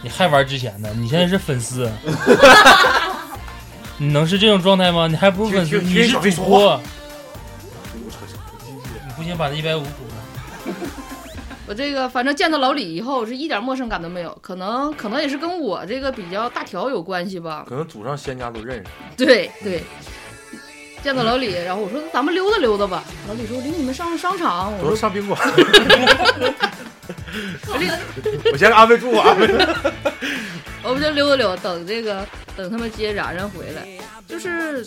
Speaker 4: 你还玩之前的，你现在是粉丝，啊你能是这种状态吗？你还不是粉丝，
Speaker 12: 听
Speaker 4: 你
Speaker 12: 听听
Speaker 4: 是
Speaker 12: 小飞
Speaker 4: 主
Speaker 12: 说
Speaker 4: 播
Speaker 12: 话，
Speaker 4: 你不行把那一百五补了。
Speaker 10: 我这个反正见到老李以后，我是一点陌生感都没有，可能可能也是跟我这个比较大条有关系吧。
Speaker 12: 可能祖上仙家都认识。
Speaker 10: 对对，见到老李，然后我说咱们溜达溜达吧。老李说我领你们上商场，我
Speaker 12: 都
Speaker 10: 说
Speaker 12: 上宾 馆，
Speaker 10: 我领，
Speaker 12: 我先安慰住我啊 安慰住。
Speaker 10: 我们就溜达溜达，等这个等他们接然然回来，就是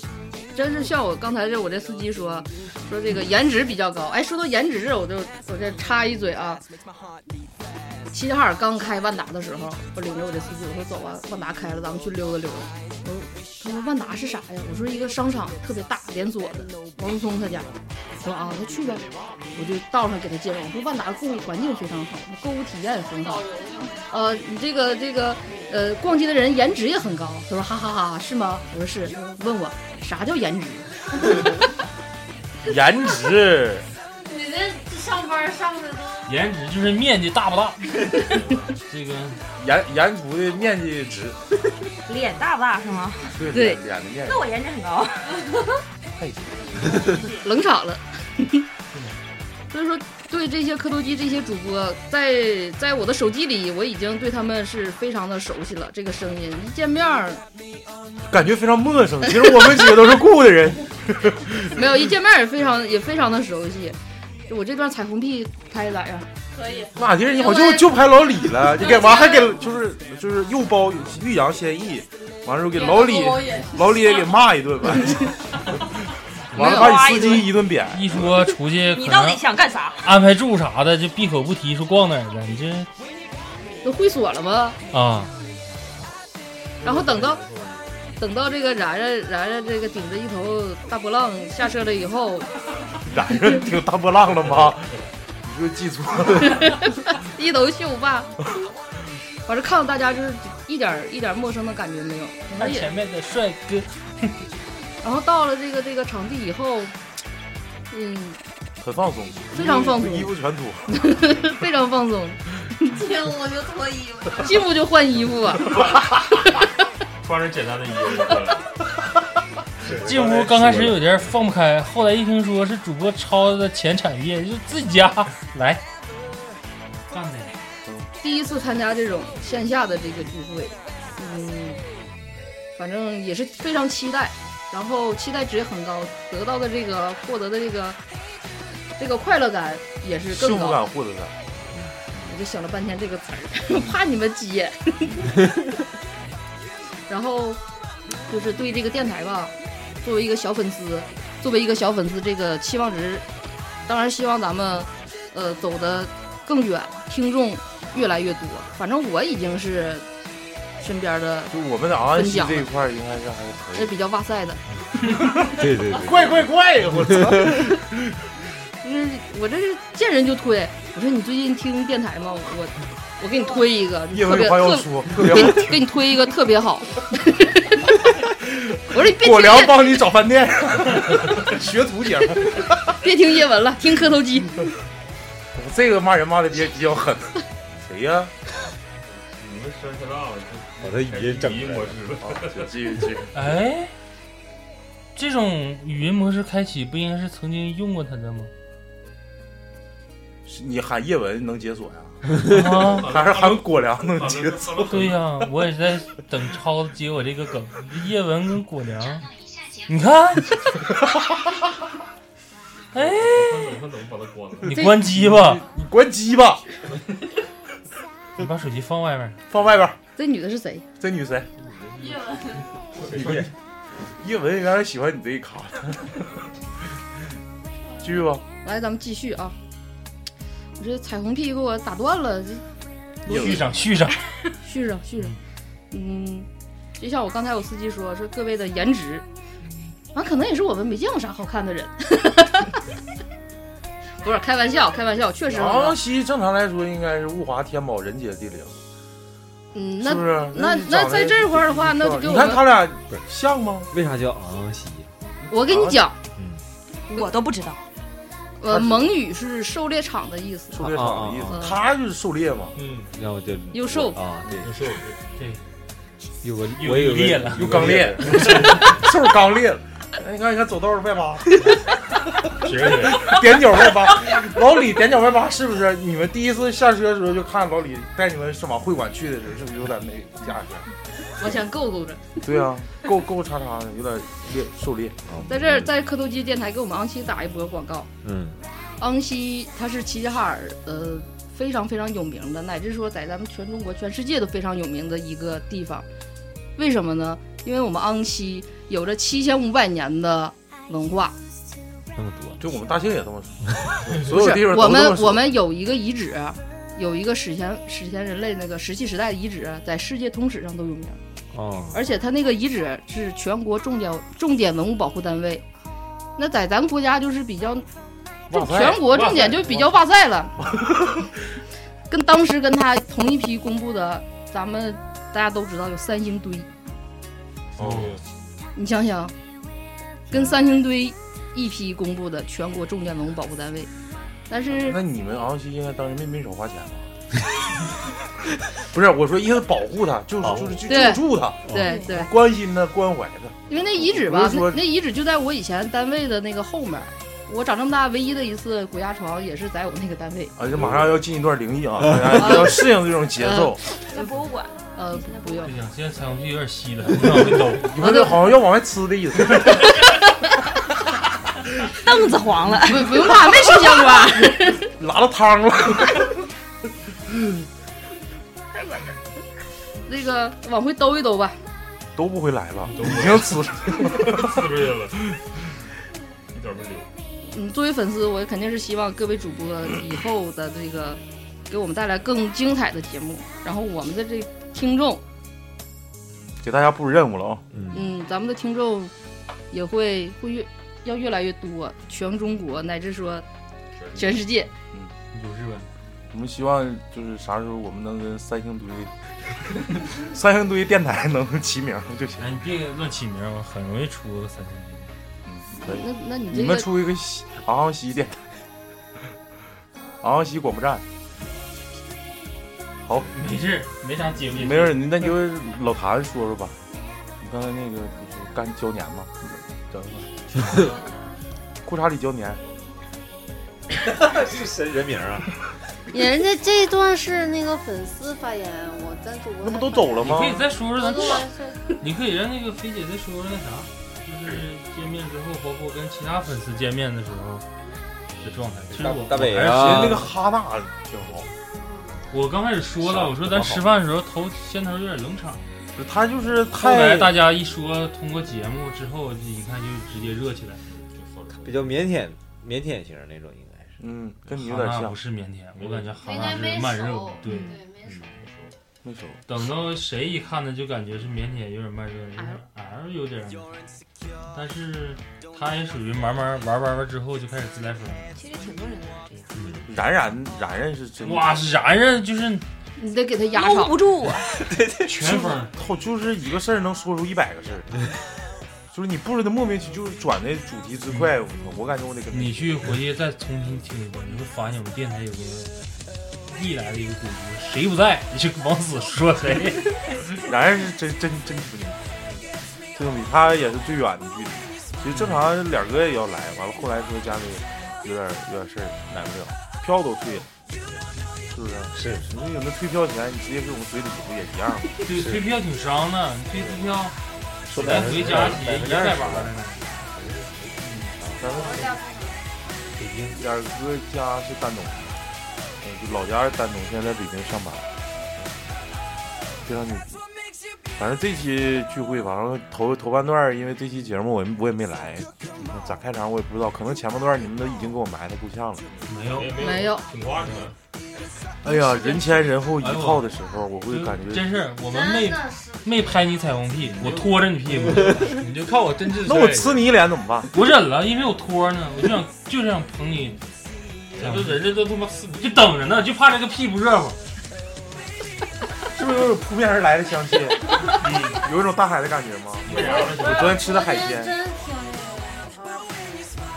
Speaker 10: 真是像我刚才这我这司机说说这个颜值比较高。哎，说到颜值，我就我这插一嘴啊，齐齐哈尔刚开万达的时候，我领着我这司机，我说走啊，万达开了，咱们去溜达溜达。我说，他说万达是啥呀？我说一个商场特别大，连锁的，王思聪他家。我说啊，那去呗。我就道上给他介绍，我说万达购物环境非常好，购物体验也很好。呃，你这个这个呃，逛街的人颜值也很高。他说哈哈哈是吗？我说是。问我啥叫颜值？
Speaker 12: 颜值，
Speaker 6: 你这上班上的 都
Speaker 4: 颜值就是面积大不大？这个
Speaker 12: 颜颜图的面积值，
Speaker 7: 脸大不大是吗？
Speaker 12: 对脸的面积
Speaker 7: 那。我颜值很高。啊
Speaker 10: 冷场了。 所以说，对这些磕头机这些主播，在在我的手机里，我已经对他们是非常的熟悉了。这个声音一见面儿，
Speaker 12: 感觉非常陌生。其实我们几个都是雇的 人，
Speaker 10: 没有一见面儿也非常也非常的熟悉。就我这段彩虹屁拍咋样？
Speaker 6: 可以。
Speaker 12: 哪地儿你好就就拍老李了， 你给完还给就是就是又包岳阳先抑，完了之后给老李老李也给骂一 顿吧，完了把你司机一顿扁。
Speaker 4: 一说出去可
Speaker 7: 你到底
Speaker 4: 能
Speaker 7: 想干啥？
Speaker 4: 安排住啥的就闭口不提，说逛哪儿了，你这
Speaker 10: 都会所了吗？
Speaker 4: 啊，
Speaker 10: 然后等到等到这个然然然然这个顶着一头大波浪下车了以后，
Speaker 12: 然人挺大波浪了吗？ 你就记错了，
Speaker 10: 一头秀发，我这看到大家就是一点儿一点儿陌生的感觉没有。
Speaker 4: 看前面的帅哥，
Speaker 10: 然后到了这个这个场地以后，嗯，
Speaker 12: 很放松，
Speaker 10: 非常放松
Speaker 12: 衣服全脱。
Speaker 10: 非常放 松，
Speaker 6: 进屋就脱衣服，
Speaker 10: 进屋就换衣服啊。
Speaker 8: 穿着简单的衣服过来。
Speaker 4: 进屋刚开始有点放不开，后来一听说是主播抄的前产业，就自己家来，
Speaker 10: 第一次参加这种线下的这个聚会，嗯，反正也是非常期待，然后期待值也很高，得到的这个获得的这个这个快乐感也 是
Speaker 12: 幸
Speaker 10: 更
Speaker 12: 福感
Speaker 10: 高。
Speaker 12: 获得感。
Speaker 10: 我就想了半天这个词儿， 怕你们接。然后就是对这个电台吧，作为一个小粉丝，作为一个小粉丝，这个期望值，当然希望咱们呃走得更远，听众越来越多。反正我已经是身边的
Speaker 12: 就我们的安溪这一块儿应该是还可
Speaker 10: 是
Speaker 12: 以。
Speaker 10: 比较哇塞的，
Speaker 12: 对对对
Speaker 9: 快快快！我操！
Speaker 10: 就是我这是见人就推。我说你最近听电台吗？我我我给你推一个，
Speaker 12: 叶
Speaker 10: 特
Speaker 12: 问
Speaker 10: 别
Speaker 12: 话要
Speaker 10: 特
Speaker 12: 说，
Speaker 10: 给你给你推一个特别好。我说你别
Speaker 12: 果
Speaker 10: 听
Speaker 12: 粮
Speaker 10: 叶
Speaker 12: 帮你找饭店， 学徒姐们儿，
Speaker 10: 别听叶文了，听磕头机。
Speaker 12: 嗯这个骂人骂的比比较狠。 谁呀？
Speaker 8: 你们声太大了，
Speaker 12: 把他哎语音整啊
Speaker 8: 语音模式吧。
Speaker 12: 继续继续。
Speaker 4: 哎，这种语音模式开启不应该是曾经用过它的吗？
Speaker 12: 是你喊叶文能解锁
Speaker 4: 啊
Speaker 12: 呀？ 还是喊果粮能解锁？
Speaker 4: 对呀、我也是在等超子接我这个梗。叶文跟果粮，你看，哎，你关机吧，
Speaker 12: 你关机吧，
Speaker 4: 你把手机放外面。
Speaker 12: 放外边儿。
Speaker 10: 这女的是谁？
Speaker 12: 这女谁？叶文原来喜欢你这一卡，继续吧。
Speaker 10: 来，咱们继续啊！我这彩虹屁给我打断了，这
Speaker 4: 续上，续上。
Speaker 10: 续上续上。啊嗯，就像我刚才我司机说，说各位的颜值，
Speaker 12: 嗯
Speaker 10: 完、可能也是我们没见过啥好看的人。不是开玩笑，开玩笑，确实很好
Speaker 12: 王希正常来说应该是物华天宝，人杰地灵，
Speaker 10: 嗯，那
Speaker 12: 是不是？
Speaker 10: 那
Speaker 12: 你
Speaker 10: 那
Speaker 12: 长得
Speaker 10: 在这块儿的话，那就给我
Speaker 12: 你看他
Speaker 10: 们，
Speaker 12: 俩像吗？
Speaker 1: 为啥叫昂西？
Speaker 10: 我跟你讲，
Speaker 7: 我都不知道。
Speaker 10: 呃，蒙语是狩猎场的意思，
Speaker 12: 狩猎场的意
Speaker 10: 啊啊
Speaker 12: 思，
Speaker 10: 啊
Speaker 12: 他就是狩猎嘛。
Speaker 8: 嗯，
Speaker 1: 让我就
Speaker 10: 优瘦
Speaker 1: 啊，对，
Speaker 8: 优瘦，对，
Speaker 1: 有个
Speaker 4: 有
Speaker 1: 我有个
Speaker 4: 裂了
Speaker 12: 又刚裂， 瘦刚裂了。哎，你看，你看，走道儿外八，
Speaker 8: 别人
Speaker 12: 点脚外八，老李点脚外八是不是？你们第一次下车的时候就看老李带你们是往会馆去的时候，是不是有点那架势？
Speaker 10: 我想够够着。
Speaker 12: 对啊，够够叉叉的，有点猎狩猎啊。
Speaker 10: 在这儿，在磕头机电台给我们昂西打一波广告。
Speaker 1: 嗯，
Speaker 10: 昂西他是齐齐哈尔呃非常非常有名的，乃至说在咱们全中国、全世界都非常有名的一个地方。为什么呢？因为我们昂西有着七千五百年的文化，
Speaker 1: 那么多，
Speaker 12: 就我们大庆也这么说， 所
Speaker 10: 不
Speaker 12: 有
Speaker 10: 是
Speaker 12: 地方
Speaker 10: 我
Speaker 12: 都这
Speaker 10: 们
Speaker 12: 么说
Speaker 10: 我们有一个遗址，有一个史前史前人类那个石器时代的遗址，在世界通史上都有名。
Speaker 1: 哦，
Speaker 10: 而且它那个遗址是全国重点重点文物保护单位，那在咱国家就是比较，就
Speaker 12: 哇塞
Speaker 10: 全国重点就比较哇塞了， 跟当时跟他同一批公布的，咱们大家都知道有三星堆，你想想，跟三星堆一批公布的全国重点文物保护单位，但是
Speaker 12: 那你们昂西应该当时没没少花钱吧？ 不是，我说应该保护他，就是就是去
Speaker 10: 对
Speaker 12: 救助他，
Speaker 10: 对对，
Speaker 12: 关心他，关怀他。
Speaker 10: 因为那遗址
Speaker 12: 我
Speaker 10: 吧，
Speaker 12: 是
Speaker 10: 那
Speaker 12: 说
Speaker 10: 那遗址就在我以前单位的那个后面儿。我长这么大唯一的一次鬼压床也是在我那个单位。
Speaker 12: 啊，这马上要进一段灵异啊，大家要适应这种节奏。
Speaker 7: 在博物馆，
Speaker 10: 呃，不用
Speaker 4: 哎。呀，现在彩虹屁有点稀了，不往回
Speaker 10: 嗯
Speaker 4: 抖。
Speaker 12: 你看这好像要往外呲的意思。
Speaker 7: 凳子黄了。
Speaker 10: 不不用怕，没吃香瓜。
Speaker 12: 拉到汤了。
Speaker 10: 那个往回兜一兜吧。
Speaker 12: 都不会来了，已经呲上
Speaker 8: 撕出去了，一点没留。
Speaker 10: 嗯，作为粉丝，我肯定是希望各位主播以后的这个给我们带来更精彩的节目，然后我们的这听众，
Speaker 12: 给大家布置任务了啊！
Speaker 10: 嗯，咱们的听众也会会越要越来越多，全中国乃至说全世界。
Speaker 4: 有日本，
Speaker 12: 我们希望就是啥时候我们能跟三星 堆、三星堆电台能齐名就行。
Speaker 4: 哎，你别乱起名，我很容易出三星堆。
Speaker 12: 可以
Speaker 10: 那，那你
Speaker 12: 嗯你
Speaker 10: 这
Speaker 12: 们
Speaker 10: 个
Speaker 12: 出一个西昂昂西电台， 昂昂西广播站。好，
Speaker 4: 没事，没啥节目。
Speaker 12: 没事，你那就老谭说说吧。你刚才那个就是干胶粘嘛，整个 裤衩里胶粘，
Speaker 8: 是神人名啊！
Speaker 11: 人家这段是那个粉丝发言，我咱主播那不
Speaker 12: 都走了吗
Speaker 4: 你可以再说说咱
Speaker 11: 都完事儿
Speaker 4: 你可以让那个菲姐再说说那啥，就是见面之后，包括跟其他粉丝见面的时候的状态。其实我
Speaker 12: 大北啊，其实那个哈娜挺好。
Speaker 4: 我刚开始说了，我说咱吃饭的时候头先头有点冷场，
Speaker 12: 他就是
Speaker 4: 后
Speaker 12: 太
Speaker 4: 来大家一说，通过节目之后，你看就直接热起来。
Speaker 1: 比较腼腆腆腆型那种应该是。
Speaker 12: 嗯，
Speaker 4: 哈娜不是腼腆，我感觉哈娜
Speaker 1: 应该
Speaker 4: 是
Speaker 1: 没
Speaker 4: 慢热
Speaker 1: 熟，
Speaker 4: 对，
Speaker 12: 没熟。
Speaker 4: 等到谁一看呢，就感觉是腼腆，有点慢热，有点哎 L 有点，但是他也属于慢慢玩玩玩之后就开始自来疯。
Speaker 13: 其实挺多人都是这样。
Speaker 12: 然然然然是真的
Speaker 4: 哇，然然就是
Speaker 10: 你得给他压上，
Speaker 13: 搂不住啊！
Speaker 12: 对对，
Speaker 4: 全粉儿
Speaker 12: 他就是一个事儿能说出一百个事儿，就是你不知道莫名其妙就是转的主题之快，我我感觉我得跟他
Speaker 4: 你去回去再重新听一遍，你会发现我们电台有个历来的一个规矩，谁不在你就往死说 谁。
Speaker 12: 然然是真真真听，这种比他也是最远的距离。其实正常脸哥也要来，完了后来说家里有点有点事儿，来不了，票都退了，是不是？
Speaker 4: 是。
Speaker 12: 你有那退票钱，你直接给我们嘴里不也一样吗？
Speaker 4: 对，退票挺伤的，你退退票
Speaker 12: 说
Speaker 4: 来
Speaker 12: 白了
Speaker 4: 回
Speaker 12: 是
Speaker 4: 加起
Speaker 12: 百
Speaker 4: 也
Speaker 12: 分之
Speaker 4: 在
Speaker 12: 二十
Speaker 4: 玩儿呢。
Speaker 12: 咱们北京点儿哥家是丹东，嗯，就老家是丹东，现在在北京上班，非常牛逼。反正这期聚会吧，完了头头半段儿，因为这期节目我也我也没来，咋开场我也不知道，可能前半段儿你们都已经给我埋汰够呛了。
Speaker 4: 没有
Speaker 10: 没有
Speaker 4: 挺挂着的。
Speaker 12: 哎呀，人前人后一套的时候，我会感觉
Speaker 4: 真是我们没没拍你彩虹屁，我拖着你屁股，你就看我真挚
Speaker 12: 那我呲你一脸怎么办？
Speaker 4: 我忍了，因为我拖着呢，我就 想就是想捧你。
Speaker 12: 这
Speaker 4: 人家都他妈就等着呢，就怕这个屁不热乎。
Speaker 12: 是不是 有种扑面而来的香气？有一种大海的感觉吗？我昨天吃的海鲜。
Speaker 11: 真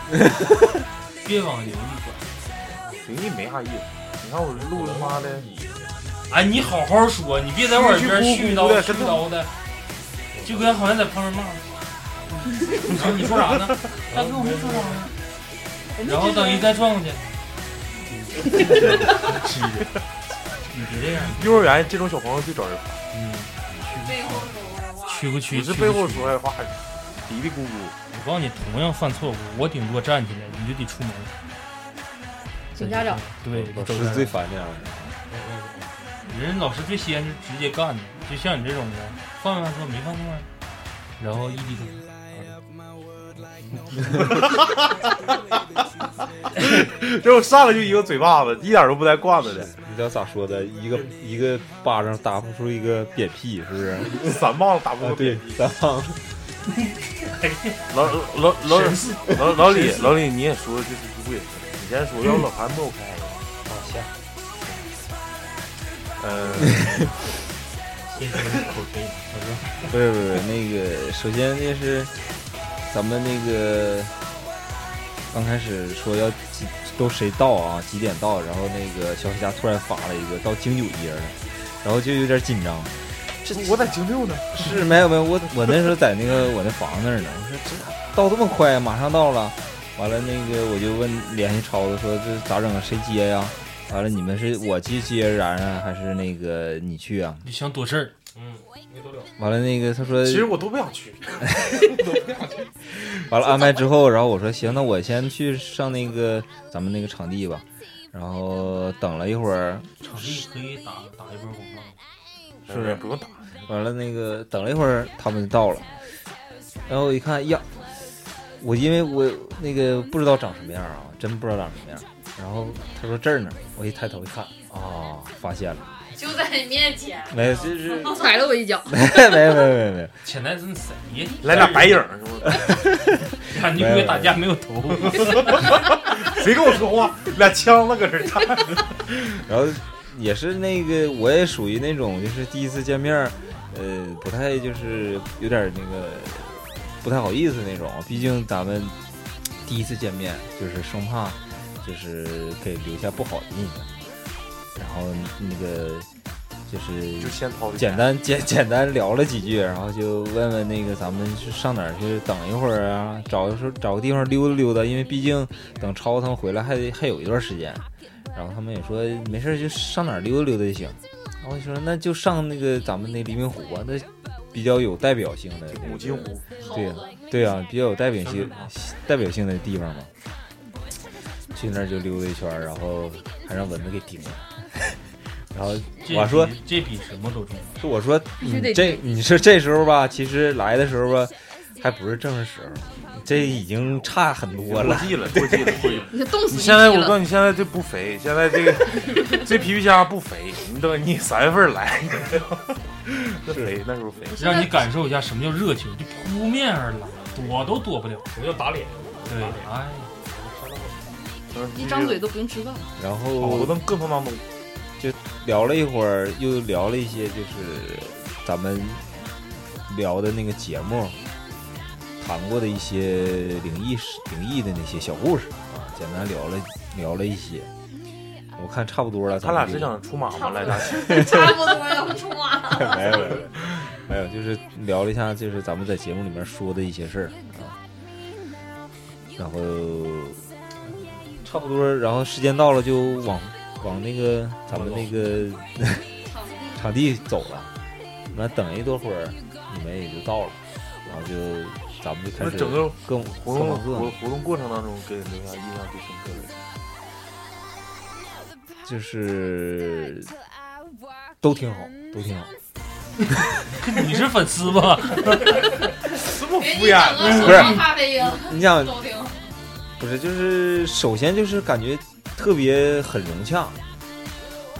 Speaker 11: 挺
Speaker 4: 别往灵异
Speaker 12: 转，灵异没啥意思。你看我录他妈的，
Speaker 4: 哎， 你好好说，你别在我耳边絮叨絮叨的，就跟好像在旁边骂。你说你说啥 呢？大哥，我没说啥呢。
Speaker 12: 哎
Speaker 4: 然后等一再转过去，你别这样。
Speaker 12: 幼儿园这种小朋友最招人烦。
Speaker 4: 嗯，去不去？
Speaker 12: 你是背后说的话，嘀嘀咕咕。
Speaker 4: 我告诉你，同样犯错误，我顶多站起来，你就得出门。
Speaker 10: 请家长。
Speaker 4: 对，
Speaker 1: 老师最烦这样的。
Speaker 4: 人老师最先是直接干的，就像你这种的，犯没犯错没犯错，然后一低头。
Speaker 12: 这我上来就一个嘴巴子，一点都不带惯着的。
Speaker 1: 你知道咋说的？一个一个巴掌打不出一个扁屁，是不是？
Speaker 12: 三棒子打不
Speaker 1: 出对，三棒子。
Speaker 12: 老老老
Speaker 1: 神似
Speaker 12: 老老李
Speaker 1: 神似
Speaker 12: 老李，你也说这是不对，你先说，要不老韩不我开一个。好，行。
Speaker 1: 啊
Speaker 12: 呃，
Speaker 4: 谢谢你口碑，我
Speaker 1: 不是不是那个，首先就是咱们那个刚开始说要几都谁到啊，几点到，然后那个小黑家突然发了一个到京九一人了，然后就有点紧张。
Speaker 12: 我在京 六呢。
Speaker 1: 是没有没有，我我那时候在那个我那房那儿呢，我说这到这么快，马上到了。完了那个我就问联系超子说这咋整啊？谁接呀、完了你们是我去接然然还是那个你去啊？
Speaker 4: 你想躲事儿？嗯，没躲了。
Speaker 1: 完了那个他说，
Speaker 12: 其实我都不想 去，都不想去。
Speaker 1: 完了安排之后，然后我说行，那我先去上那个咱们那个场地吧。然后等了一会儿，
Speaker 4: 场地可以打打一波广告。
Speaker 1: 是不是
Speaker 12: 哎不用打？
Speaker 1: 完了那个等了一会儿，他们就到了，然后我一看呀，我因为我那个不知道长什么样啊，真不知道长什么样。然后他说这儿呢，我一抬头一看，啊，发现了，
Speaker 14: 就在你面前，
Speaker 1: 没有，就是
Speaker 10: 踩了我一脚
Speaker 1: 没有没有没有没有，
Speaker 4: 潜台词是谁呀？
Speaker 12: 来俩白影儿是不
Speaker 4: 是？感觉会打架没有头。
Speaker 12: 谁跟我说话？俩枪子搁这儿站。
Speaker 1: 然后也是那个，我也属于那种就是第一次见面儿，呃，不太就是有点那个不太好意思那种。毕竟咱们第一次见面，就是生怕就是给留下不好的印象。然后那个就是
Speaker 12: 就先掏
Speaker 1: 简单简简单聊了几句，然后就问问那个咱们是上哪儿去等一会儿啊，找个时候找个地方溜达溜达，因为毕竟等超他们回来还得还有一段时间。然后他们也说没事儿就上哪儿溜达溜达就行。然后我就说那就上那个咱们那黎明湖吧，那比较有代表性的那个
Speaker 12: 古镜湖
Speaker 1: 对呀、对呀、比较有代表性代表性的地方嘛。去那儿就溜达一圈儿，然后还让蚊子给叮了。 然后
Speaker 3: 这
Speaker 1: 我说
Speaker 3: 比这比什么都重要。
Speaker 1: 就我说，
Speaker 3: 必须
Speaker 1: 你
Speaker 3: 得
Speaker 1: 这你说这时候吧，其实来的时候吧，还不是正是时候，这已经差很多了，
Speaker 12: 过季了过季了过季了
Speaker 10: 你冻死一
Speaker 12: 你现在
Speaker 10: 批
Speaker 12: 我
Speaker 10: 了
Speaker 12: 告诉你，现在这不肥，现在这个这皮皮虾不肥，你等你三月份来，那肥那时候肥，
Speaker 3: 让你感受一下什么叫热情，就扑面而来，躲都躲不了，我要打脸。对，哎，
Speaker 10: 一张嘴都不用吃饭。
Speaker 1: 然
Speaker 12: 好
Speaker 1: 后
Speaker 12: 哦我都各方面都
Speaker 1: 就聊了一会儿，又聊了一些就是咱们聊的那个节目谈过的一些灵异事、灵异的那些小故事啊，简单聊了聊了一些。我看差不多了，
Speaker 12: 他俩是想出马吗来大
Speaker 1: 家
Speaker 6: 差不多要出马了
Speaker 1: 没有没有没有，就是聊了一下，就是咱们在节目里面说的一些事儿啊，然后呃差不多，然后时间到了就往往那个咱们那个场地走了，那等一多会儿你们也就到了，然后就咱们就开
Speaker 12: 那
Speaker 1: 始
Speaker 12: 整个
Speaker 1: 更
Speaker 12: 活动
Speaker 1: 更
Speaker 12: 活活动过程当中给你留下印象最深刻的人，
Speaker 1: 就是都挺好，都挺好。
Speaker 3: 你是粉 丝吧？
Speaker 12: 这么
Speaker 6: 敷衍
Speaker 1: 不
Speaker 6: 手
Speaker 1: 是
Speaker 6: 上咖啡因，
Speaker 1: 你想
Speaker 6: 都挺好
Speaker 1: 不是，就是首先就是感觉特别很融洽，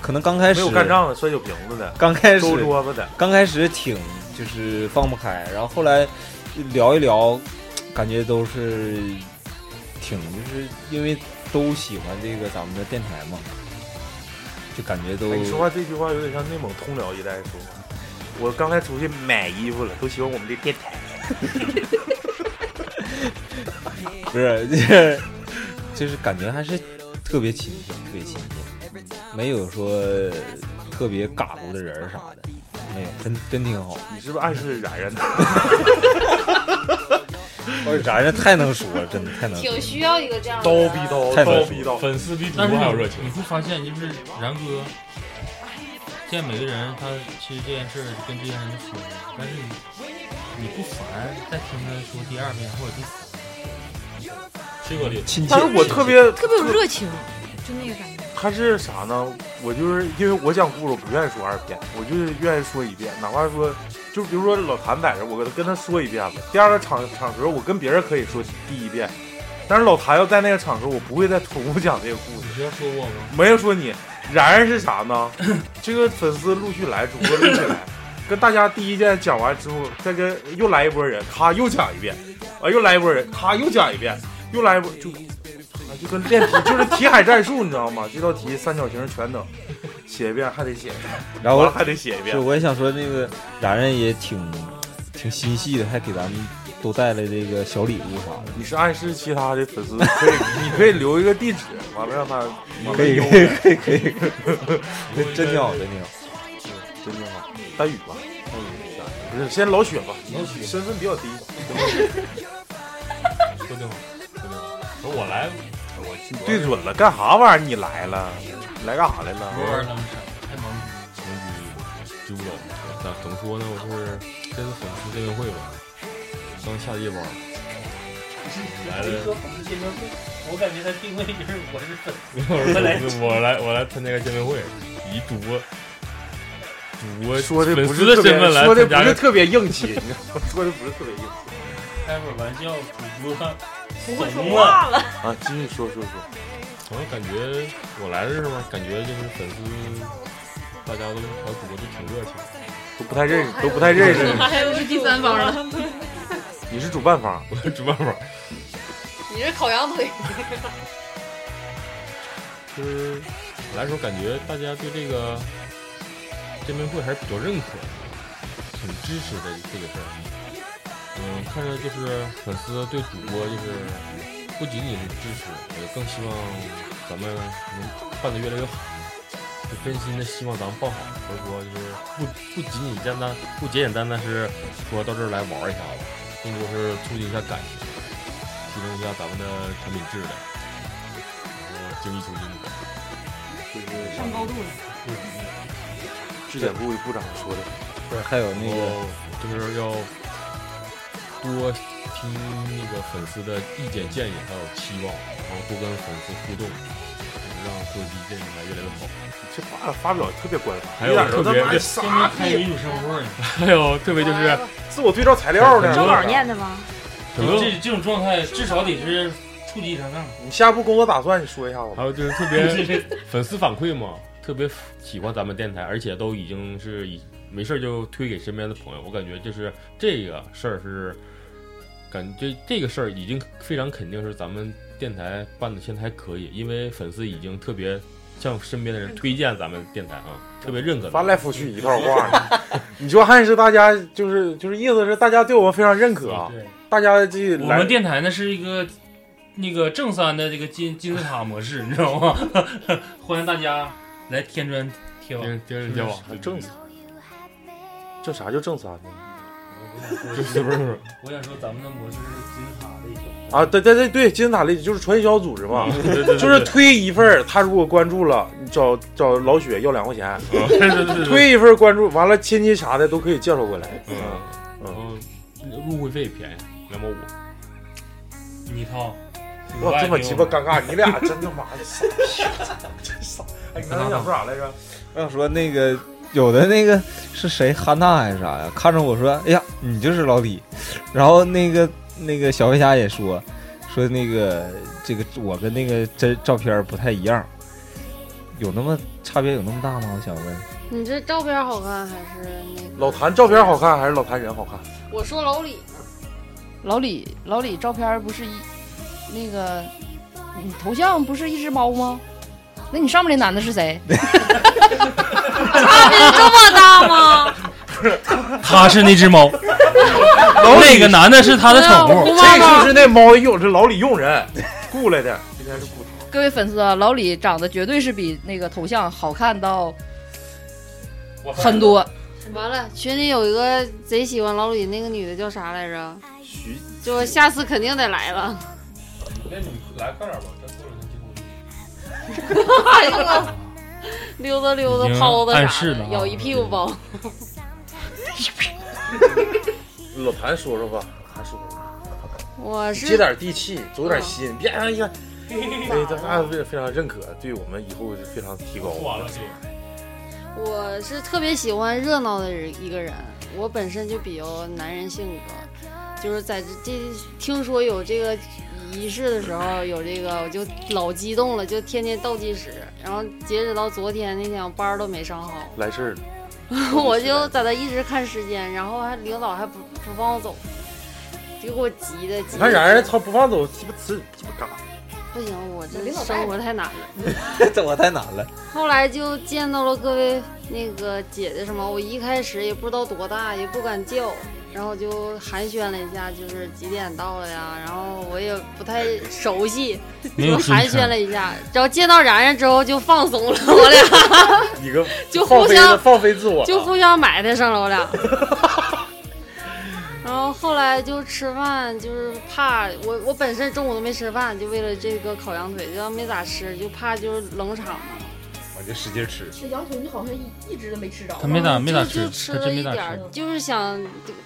Speaker 1: 可能刚开始
Speaker 12: 没有干仗的，摔酒瓶子的，
Speaker 1: 刚开始
Speaker 12: 周桌子的，
Speaker 1: 刚开始挺就是放不开，然后后来聊一聊，感觉都是挺就是因为都喜欢这个咱们的电台嘛，就感觉都
Speaker 12: 哎，你说话这句话有点像内蒙通辽一带说话。我刚才出去买衣服了，都喜欢我们的电台。
Speaker 1: 不是，就是就是感觉还是特别亲切，特别亲切，没有说特别嘎咕的人儿啥的，没有，真真挺好。
Speaker 12: 你是不是暗示然然呢？
Speaker 1: 哦，然然太能说了，真的太能说
Speaker 6: 挺
Speaker 1: 了。
Speaker 6: 需要一个这样的
Speaker 12: 刀
Speaker 6: 人
Speaker 12: 逼刀，
Speaker 1: 太
Speaker 12: 刀
Speaker 1: 能
Speaker 12: 逼
Speaker 1: 说
Speaker 12: 刀，
Speaker 1: 了粉丝比主播
Speaker 3: 但是
Speaker 1: 还有
Speaker 3: 你
Speaker 1: 热情
Speaker 3: 你不发现就是然哥见每个人，他其实这件事儿跟这件人说，但是你你不烦再听他说第二遍或者第三遍，这个里
Speaker 1: 亲
Speaker 12: 但是我特别
Speaker 7: 特别有热情，就那个感觉。
Speaker 12: 他是啥呢？我就是因为我讲故事，我不愿意说二遍，我就是愿意说一遍，哪怕说，就比如说老谭在这儿，我跟他说一遍吧。第二个场场合，我跟别人可以说第一遍，但是老谭要在那个场合，我不会再重复讲这个故事。
Speaker 3: 你是要说我吗？
Speaker 12: 没有说你，然然是啥呢？ 这个粉丝陆续来，主播陆续来，跟大家第一件讲完之后，再跟又来一波人，咔又讲一遍，啊，又来一波人，咔又讲一遍，又来一波就。啊就跟练题就是题海战术，你知道吗？这道题三角形全等，写一遍还得写一遍，
Speaker 1: 然后
Speaker 12: 完了还得写一遍
Speaker 1: 是，。我也想说那个然然也挺挺心细的，还给咱们都带了这个小礼物啥的。
Speaker 12: 你是暗示其他的粉丝，可以，你可以留一个地址，完了让他
Speaker 1: 可以可以可以可以， 真挺好，真挺好。
Speaker 12: 真挺好。大宇吧，大宇下一个不是先老雪吧，
Speaker 3: 老雪
Speaker 12: 身份比较低。
Speaker 3: 说对吗？说对吗？说我
Speaker 8: 哎
Speaker 3: 来，我去
Speaker 12: 对准了，干啥玩意儿？你来了，你来干啥来
Speaker 3: 不玩
Speaker 12: 了？
Speaker 3: 狼人杀，太忙了。
Speaker 8: 丢了。咋怎么说呢？我是这次粉丝见面会吧，刚下地方来了。
Speaker 3: 说粉丝见面会，我感觉他定位就是我是粉
Speaker 8: 没有
Speaker 3: 丝， 我来
Speaker 8: 我 来我来参加个见面会，以主播主播
Speaker 12: 说的不
Speaker 8: 粉
Speaker 12: 是
Speaker 8: 丝的
Speaker 12: 特别
Speaker 8: 身份来
Speaker 12: 说的
Speaker 8: 参
Speaker 12: 不
Speaker 8: 加
Speaker 12: 是
Speaker 8: 个
Speaker 12: 特别硬气，你知道吗？说的不是特别硬气
Speaker 3: 开会儿玩笑，主播
Speaker 6: 不会说
Speaker 3: 怂
Speaker 6: 话
Speaker 3: 了。
Speaker 6: 了。
Speaker 12: 啊！继续说说说，
Speaker 8: 好像感觉我来这儿嘛，感觉就是粉丝大家都还有主播都挺热情，
Speaker 12: 都不太认识，都不太认识你。
Speaker 6: 还有是第三方了，
Speaker 12: 你是主办方，
Speaker 8: 我是主办方，
Speaker 6: 你是烤羊腿，
Speaker 8: 就是我来的时候感觉大家对这个见面会还是比较认可的，挺支持的这个事儿。嗯，看着就是粉丝对主播就是不仅仅是支持，也更希望咱们能办得越来越好。就真心的希望咱们办好，所以说就是不不仅仅简单，不简简单单是说到这儿来玩一下子，更多是促进一下感情，提升一下咱们的产品质量，然后精益求精。
Speaker 12: 就是
Speaker 6: 上高度了。
Speaker 12: 质检部部长说的，哦
Speaker 1: 不是还有
Speaker 8: 那个就是要多听那个粉丝的意见建议还有期望，然后多跟粉丝互动，让收集电台越来越好。
Speaker 12: 这发发表特别官方，
Speaker 8: 还有特别
Speaker 12: 别
Speaker 3: 妈
Speaker 12: 傻
Speaker 3: 开民主生活呢。
Speaker 8: 还有特别就是
Speaker 12: 啊自我对照材料呢。
Speaker 7: 周老念的吗？
Speaker 8: 很多
Speaker 3: 这这种状态至少得是处级以上。
Speaker 12: 你下一步工作打算你说一下吧。
Speaker 8: 还有 就是特别粉丝反馈嘛，特别喜欢咱们电台，而且都已经是以没事儿就推给身边的朋友。我感觉就是这个事儿是，感觉这个事儿已经非常肯定是咱们电台办的现在还可以，因为粉丝已经特别向身边的人推荐咱们电台啊，特别认可咱们。
Speaker 12: 翻来覆去一套话呢， 你说还是大家就是就是意思是大家对我们非常认可啊，大家这
Speaker 3: 我
Speaker 12: 来
Speaker 3: 们电台呢是一个那个正三的这个金金字塔模式，你知道吗？ 欢迎大家来添砖贴瓦，
Speaker 8: 添
Speaker 12: 砖贴瓦还正三这啥叫正三呢？
Speaker 3: 不
Speaker 12: 是不是不是
Speaker 3: 我想说咱们的模式是金字塔的一种。
Speaker 12: 啊，对对对对，金字塔类就是传销组织 嘛
Speaker 3: 嗯对对对，对
Speaker 12: 就是推一份儿，他如果关注了，你找找老雪要两 块钱
Speaker 8: 对对对，对
Speaker 12: 推一份儿关注，完了亲戚啥的都可以介绍过来。
Speaker 8: 嗯，然后入会费便宜两毛五，
Speaker 3: 你 套，
Speaker 12: 哇，这么鸡巴尴尬，你俩真他妈的傻逼，真傻！哎，你刚才想说啥来着？
Speaker 15: 我
Speaker 8: 嗯
Speaker 15: 想说那个有的那个是谁憨娜还是啥呀？看着我说，哎呀，你就是老李。然后那个那个小飞侠也说说那个这个我跟那个真照片不太一样，有那么差别有那么大吗？我想问。
Speaker 11: 你这照片好看还是那个？
Speaker 12: 老谭照片好看还是老谭人好看？
Speaker 11: 我说老李呢，
Speaker 10: 老李，老李照片不是一那个，你头像不是一只猫吗？那你上面那男的是谁？
Speaker 6: 差别这么大吗？
Speaker 3: 他是那只猫，那个男的是他的宠物，
Speaker 12: 这就是那猫的用，这老李用人雇来的，今天是雇的。
Speaker 10: 各位粉丝啊，老李长得绝对是比那个头像好看到很多。
Speaker 11: 完了，群里有一个贼喜欢老李那个女的叫啥来着？
Speaker 12: 徐，
Speaker 11: 就下次肯定得来了。
Speaker 8: 那哎你来快点吧，再过两天
Speaker 11: 哎呦我溜达溜达
Speaker 3: 已经
Speaker 11: 掏的
Speaker 3: 暗
Speaker 11: 啥
Speaker 3: 示了
Speaker 11: 的，
Speaker 3: 啊
Speaker 11: 有一屁股包。
Speaker 12: 老谭说说吧，谭说说，
Speaker 11: 我是
Speaker 12: 接点地气，走点心，别哎呀，哎，大
Speaker 15: 啊
Speaker 12: 家非非常认可，对我们以后是非常提高。
Speaker 3: 完了，这
Speaker 11: 我是特别喜欢热闹的人一个人，我本身就比较男人性格，就是在这这听说有这个仪式的时候，有这个我就老激动了，就天天倒计时，然后截止到昨天那天，我班儿都没上好，
Speaker 12: 来事儿了，
Speaker 11: 我就在那一直看时间，然后还领导还不 不放我走，就给我急的。急
Speaker 12: 你
Speaker 11: 得
Speaker 12: 看然人操不放走，鸡巴吃鸡巴嘎，
Speaker 11: 不行，我这
Speaker 6: 领导带
Speaker 11: 生活太难 了。
Speaker 15: 这我太难 了。
Speaker 11: 后来就见到了各位那个姐姐什么，我一开始也不知道多大，也不敢叫，然后就寒暄了一下，就是几点到了呀？然后我也不太熟悉，
Speaker 3: 没有
Speaker 11: 就寒
Speaker 3: 尊称
Speaker 11: 暄了一下。然后见到然然之后就放松了，我俩
Speaker 12: 一个
Speaker 11: 就
Speaker 12: 放
Speaker 11: 互
Speaker 12: 飞的
Speaker 11: 相
Speaker 12: 放飞自我了，啊
Speaker 11: 就互相埋汰上了，我俩。然后后来就吃饭，就是怕我我本身中午都没吃饭，就为了这个烤羊腿，就没咋吃，就怕就是冷场嘛。
Speaker 15: 我就使劲吃。
Speaker 6: 这羊腿你好像一一直都没吃着。
Speaker 3: 他没咋没咋
Speaker 11: 啊就
Speaker 3: 吃，
Speaker 11: 就
Speaker 3: 他
Speaker 11: 了
Speaker 3: 真
Speaker 11: 一
Speaker 3: 没咋
Speaker 11: 点儿
Speaker 3: 吃。，
Speaker 11: 就是想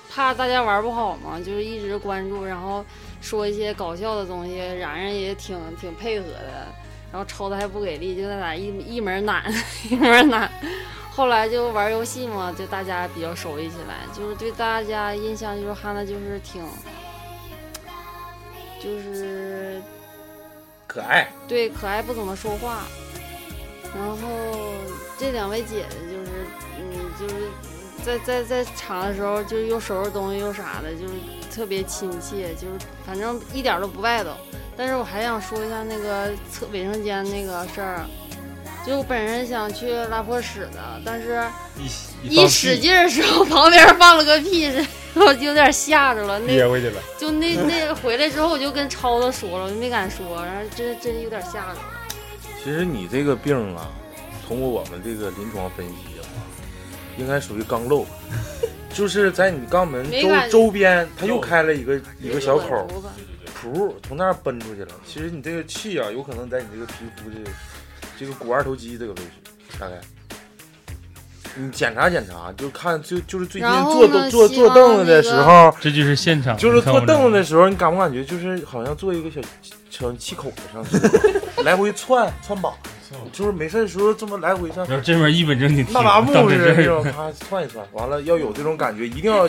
Speaker 11: 怕大家玩不好嘛，就是一直关注，然后说一些搞笑的东西，然然也挺挺配合的，然后抽的还不给力，就在那一一门儿懒 一门儿懒。后来就玩游戏嘛，就大家比较熟悉起来，就是对大家印象就是哈娜就是挺，就是
Speaker 12: 可爱。
Speaker 11: 对，可爱不怎么说话。然后这两位姐姐就是，嗯，就是在在在场的时候，就是又收拾东西又啥的，就是特别亲切，就是反正一点儿都不外头。但是我还想说一下那个厕卫生间那个事儿，就我本身想去拉破屎的，但是
Speaker 6: 一放
Speaker 11: 一
Speaker 6: 屁
Speaker 11: 使劲儿的时候，旁边放了个屁，我就有点吓着了。那
Speaker 15: 憋回去了。
Speaker 11: 就那那回来之后，我就跟超子说了，我就没敢说，然后真真有点吓着。
Speaker 12: 其实你这个病啊，通过我们这个临床分析的话，应该属于肛瘘， 就是在你肛门
Speaker 11: 没
Speaker 12: 周
Speaker 11: 感觉
Speaker 12: 周边，它又开了一个一个小口
Speaker 11: 有个，
Speaker 12: 噗，从那儿奔出去了。其实你这个气啊，有可能在你这个皮肤这这个股二头肌这个位置，大概。你检查检查，啊就看就就是最近
Speaker 11: 然后
Speaker 12: 坐
Speaker 11: 呢
Speaker 12: 坐
Speaker 11: 希
Speaker 12: 坐
Speaker 11: 望
Speaker 12: 凳子的
Speaker 11: 那
Speaker 12: 时
Speaker 11: 个
Speaker 12: 候，
Speaker 4: 这就是现场，
Speaker 12: 就是
Speaker 4: 你看
Speaker 12: 坐
Speaker 4: 我这
Speaker 12: 凳子的时候，你感不感觉就是好像坐一个小小气口子上去， 来回窜窜把，就是没事的时候这么来回上。
Speaker 4: 然后这边一本正经听
Speaker 12: 那麻木
Speaker 4: 到
Speaker 12: 似
Speaker 4: 这
Speaker 12: 的
Speaker 4: 儿
Speaker 12: 那种，咔窜一窜，完了要有这种感觉，一定要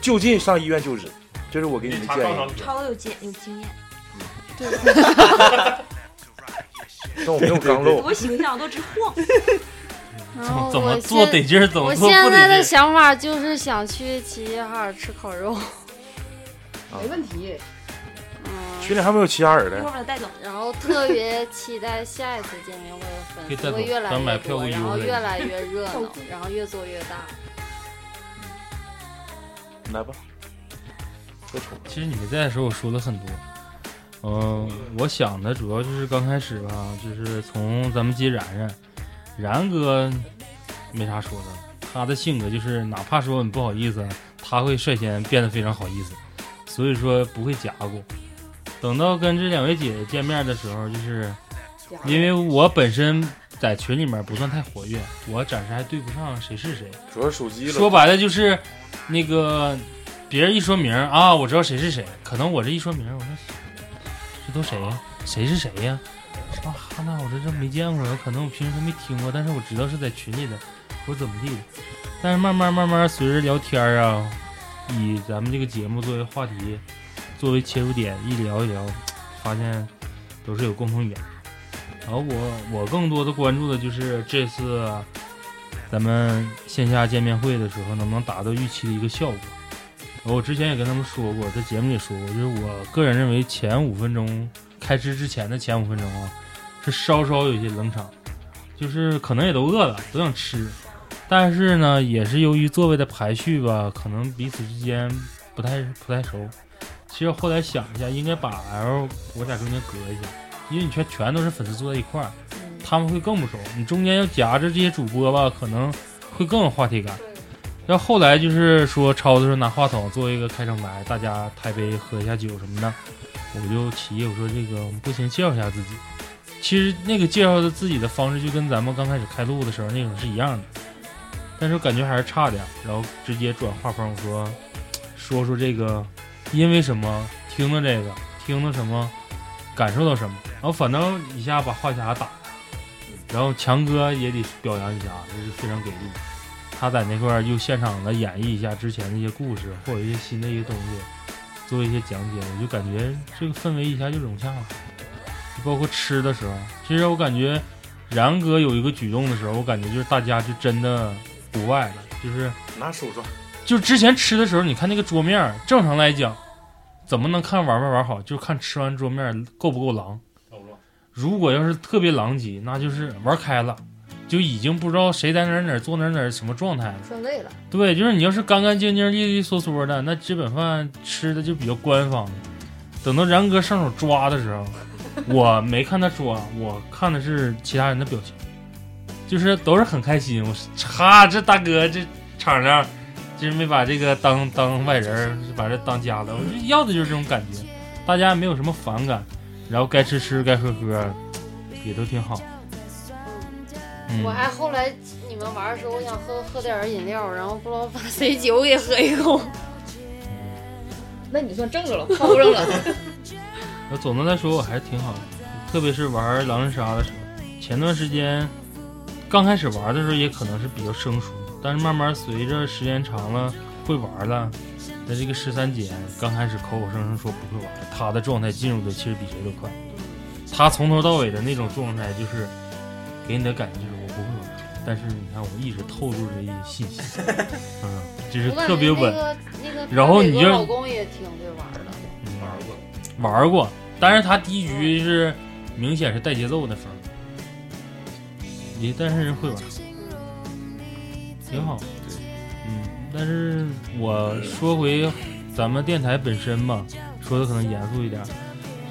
Speaker 12: 就近上医院就诊，这是我给你 的建议。嗯
Speaker 7: 超有经有经验，对，
Speaker 12: 但我没有刚漏，
Speaker 7: 多形象，都直 晃。
Speaker 11: 然
Speaker 12: 嗯
Speaker 11: 后
Speaker 4: 怎么
Speaker 11: 哦我
Speaker 4: 做
Speaker 11: 现
Speaker 4: 得劲儿怎么
Speaker 11: 我
Speaker 4: 做不
Speaker 11: 现
Speaker 4: 得
Speaker 11: 在的
Speaker 4: 劲儿
Speaker 11: 想法就是想去齐齐哈尔吃烤 肉，
Speaker 10: 没问题。
Speaker 12: 群里还没有齐哈尔啊的，
Speaker 11: 把他带走。然后特别期待下一次见面会
Speaker 12: 可以
Speaker 11: 的
Speaker 12: 带
Speaker 11: 粉丝
Speaker 12: 走
Speaker 11: 会越来
Speaker 12: 咱买
Speaker 11: 越
Speaker 12: 票
Speaker 11: 多，
Speaker 12: 会
Speaker 11: 然后
Speaker 12: 优惠
Speaker 11: 越来越热闹，然后越做越 大。
Speaker 12: 来吧。
Speaker 4: 其实你没在的时候，我说了很多。嗯、我想的主要就是刚开始吧，就是从咱们接然然，然哥没啥说的，他的性格就是哪怕说你不好意思，他会率先变得非常好意思，所以说不会夹过。等到跟这两位姐姐见面的时候，就是因为我本身在群里面不算太活跃，我暂时还对不上谁是谁。
Speaker 12: 主要手机了。
Speaker 4: 说白了就是，那个别人一说名儿啊，我知道谁是谁。可能我这一说名儿，我说这都谁呀、谁是谁呀、啊？那我这这没见过，有可能我平时没听过，但是我知道是在群里的，或者怎么地的。但是慢慢慢慢随着聊天儿啊，以咱们这个节目作为话题，作为切入点，一聊一聊，发现都是有共同语言。然后我我更多的关注的就是这次咱们线下见面会的时候，能不能达到预期的一个效果。我之前也跟他们说过，在节目里说过，就是我个人认为前五分钟开吃之前的前五分钟啊，是稍稍有些冷场，就是可能也都饿了，都想吃，但是呢，也是由于座位的排序吧，可能彼此之间不太不太熟。其实后来想一下，应该把 L 我在中间隔一下，因为你全全都是粉丝坐在一块儿，他们会更不熟。你中间要夹着这些主播吧，可能会更有话题感。要后来就是说，超子说拿话筒做一个开场白，大家抬杯喝一下酒什么的，我就起义我说这个我们不行，介绍一下自己。其实那个介绍的自己的方式，就跟咱们刚开始开录的时候那种是一样的，但是我感觉还是差点儿。然后直接转画风，我说说说这个，因为什么听了这个，听了什么，感受到什么，然后反正一下把话匣打开然后强哥也得表扬一下，这是非常给力。他在那块儿又现场的演绎一下之前的一些故事，或者一些新的一些东西，做一些讲解，我就感觉这个氛围一下就融洽了。就包括吃的时候，其实我感觉然哥有一个举动的时候，我感觉就是大家就真的不外了，就是
Speaker 12: 拿手抓，
Speaker 4: 就之前吃的时候，你看那个桌面儿，正常来讲，怎么能看玩没玩好？就看吃完桌面儿够不够狼。如果要是特别狼藉，那就是玩开了，就已经不知道谁在哪儿哪儿坐哪儿哪儿什么状态了。
Speaker 10: 转累了，
Speaker 4: 对，就是你要是干干净净、利利索索的，那基本饭吃的就比较官方。等到然哥上手抓的时候，我没看他抓，我看的是其他人的表情，就是都是很开心。我是哈，这大哥这场上就是没把这个当当外人儿，把这当家了。我就要的就是这种感觉，大家没有什么反感，然后该吃吃，该喝喝，也都挺好。嗯
Speaker 11: 我还后来你们玩的时候，我想喝喝点儿饮料，然后不知道把谁酒给喝一口。
Speaker 10: 那你算挣着了，泡上了。
Speaker 4: 那总的来说，我还是挺好的，特别是玩狼人杀的时候，前段时间刚开始玩的时候也可能是比较生疏，但是慢慢随着时间长了，会玩了。在这个十三姐刚开始口口声声说不会玩，她的状态进入的其实比谁都快。她从头到尾的那种状态，就是给你的感觉就是我不会玩，但是你看我一直透露着一些信息， 嗯，就是
Speaker 11: 我感
Speaker 4: 特别
Speaker 11: 觉那
Speaker 4: 稳。
Speaker 11: 个那个，
Speaker 4: 然后你就嗯
Speaker 11: 老公也挺会玩的，
Speaker 4: 玩过，玩过，但是他第一局是明显是带节奏的分儿，也但是人会玩，挺好。嗯，但是我说回咱们电台本身吧，说的可能严肃一点儿，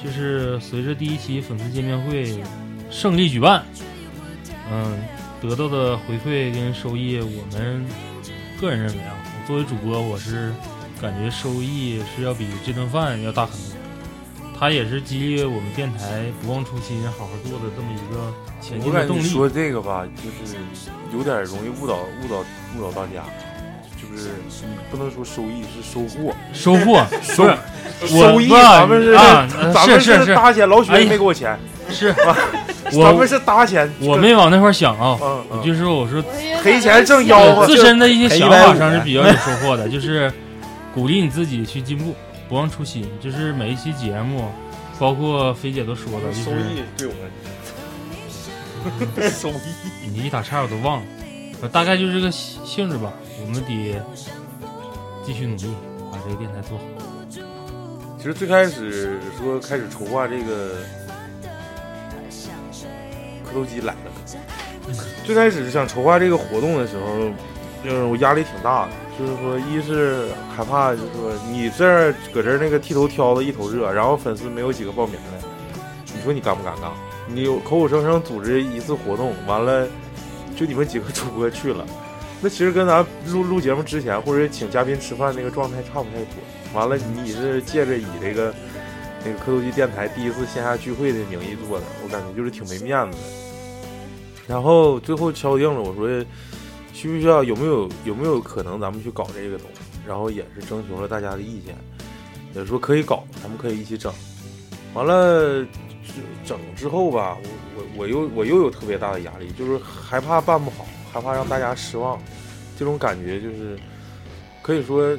Speaker 4: 就是随着第一期粉丝见面会胜利举办，嗯，得到的回馈跟收益，我们个人认为啊，我作为主播，我是感觉收益是要比这顿饭要大很多。
Speaker 3: 他也是激励我们电台不忘初心、好好做的这么一个前
Speaker 12: 我
Speaker 3: 进的
Speaker 12: 感
Speaker 3: 动
Speaker 12: 觉
Speaker 3: 力。
Speaker 12: 说这个吧，就是有点容易误导、误导、误导大家，就是你不能说收益是收获，
Speaker 3: 收 获
Speaker 12: 收
Speaker 3: 不是我
Speaker 12: 收益，
Speaker 3: 不是
Speaker 12: 咱们是
Speaker 3: 啊
Speaker 8: 嗯
Speaker 3: 呃
Speaker 12: 咱们
Speaker 3: 是是是
Speaker 12: 搭钱，老许
Speaker 3: 哎
Speaker 12: 也没给 我钱，
Speaker 3: 是
Speaker 12: 吧？
Speaker 3: 我
Speaker 12: 咱们是搭钱，
Speaker 3: 我没往那块儿想啊，我就说我说
Speaker 12: 嗯赔钱挣吆喝
Speaker 3: 我自身的一些想法上是比较有收获的， 就是鼓励你自己去进步，不忘初心。就是每一期节目，包括菲姐都说了，就是
Speaker 12: 收益对我们 收益。
Speaker 3: 你一打岔我都忘了，我大概就是这个性质吧。我们得继续努力，把这个电台做好。
Speaker 12: 其实最开始说开始筹划这个磕头机来了，最开始想筹划这个活动的时候，就是我压力挺大的，就是说一是害怕，就是说你这儿搁这儿那个剃头挑子一头热，然后粉丝没有几个报名的，你说你尴不尴尬？你有口口声声组织一次活动，完了就你们几个主播去了。那其实跟咱录录节目之前，或者请嘉宾吃饭那个状态差不太多。完了，你是借着以这个那个科头机电台第一次线下聚会的名义做的，我感觉就是挺没面子的。然后最后敲定了，我说需不需要有没有有没有可能咱们去搞这个东西，然后也是征求了大家的意见，也说可以搞，咱们可以一起整。完了整之后吧，我我我又我又有特别大的压力，就是害怕办不好，害怕让大家失望，这种感觉就是可以说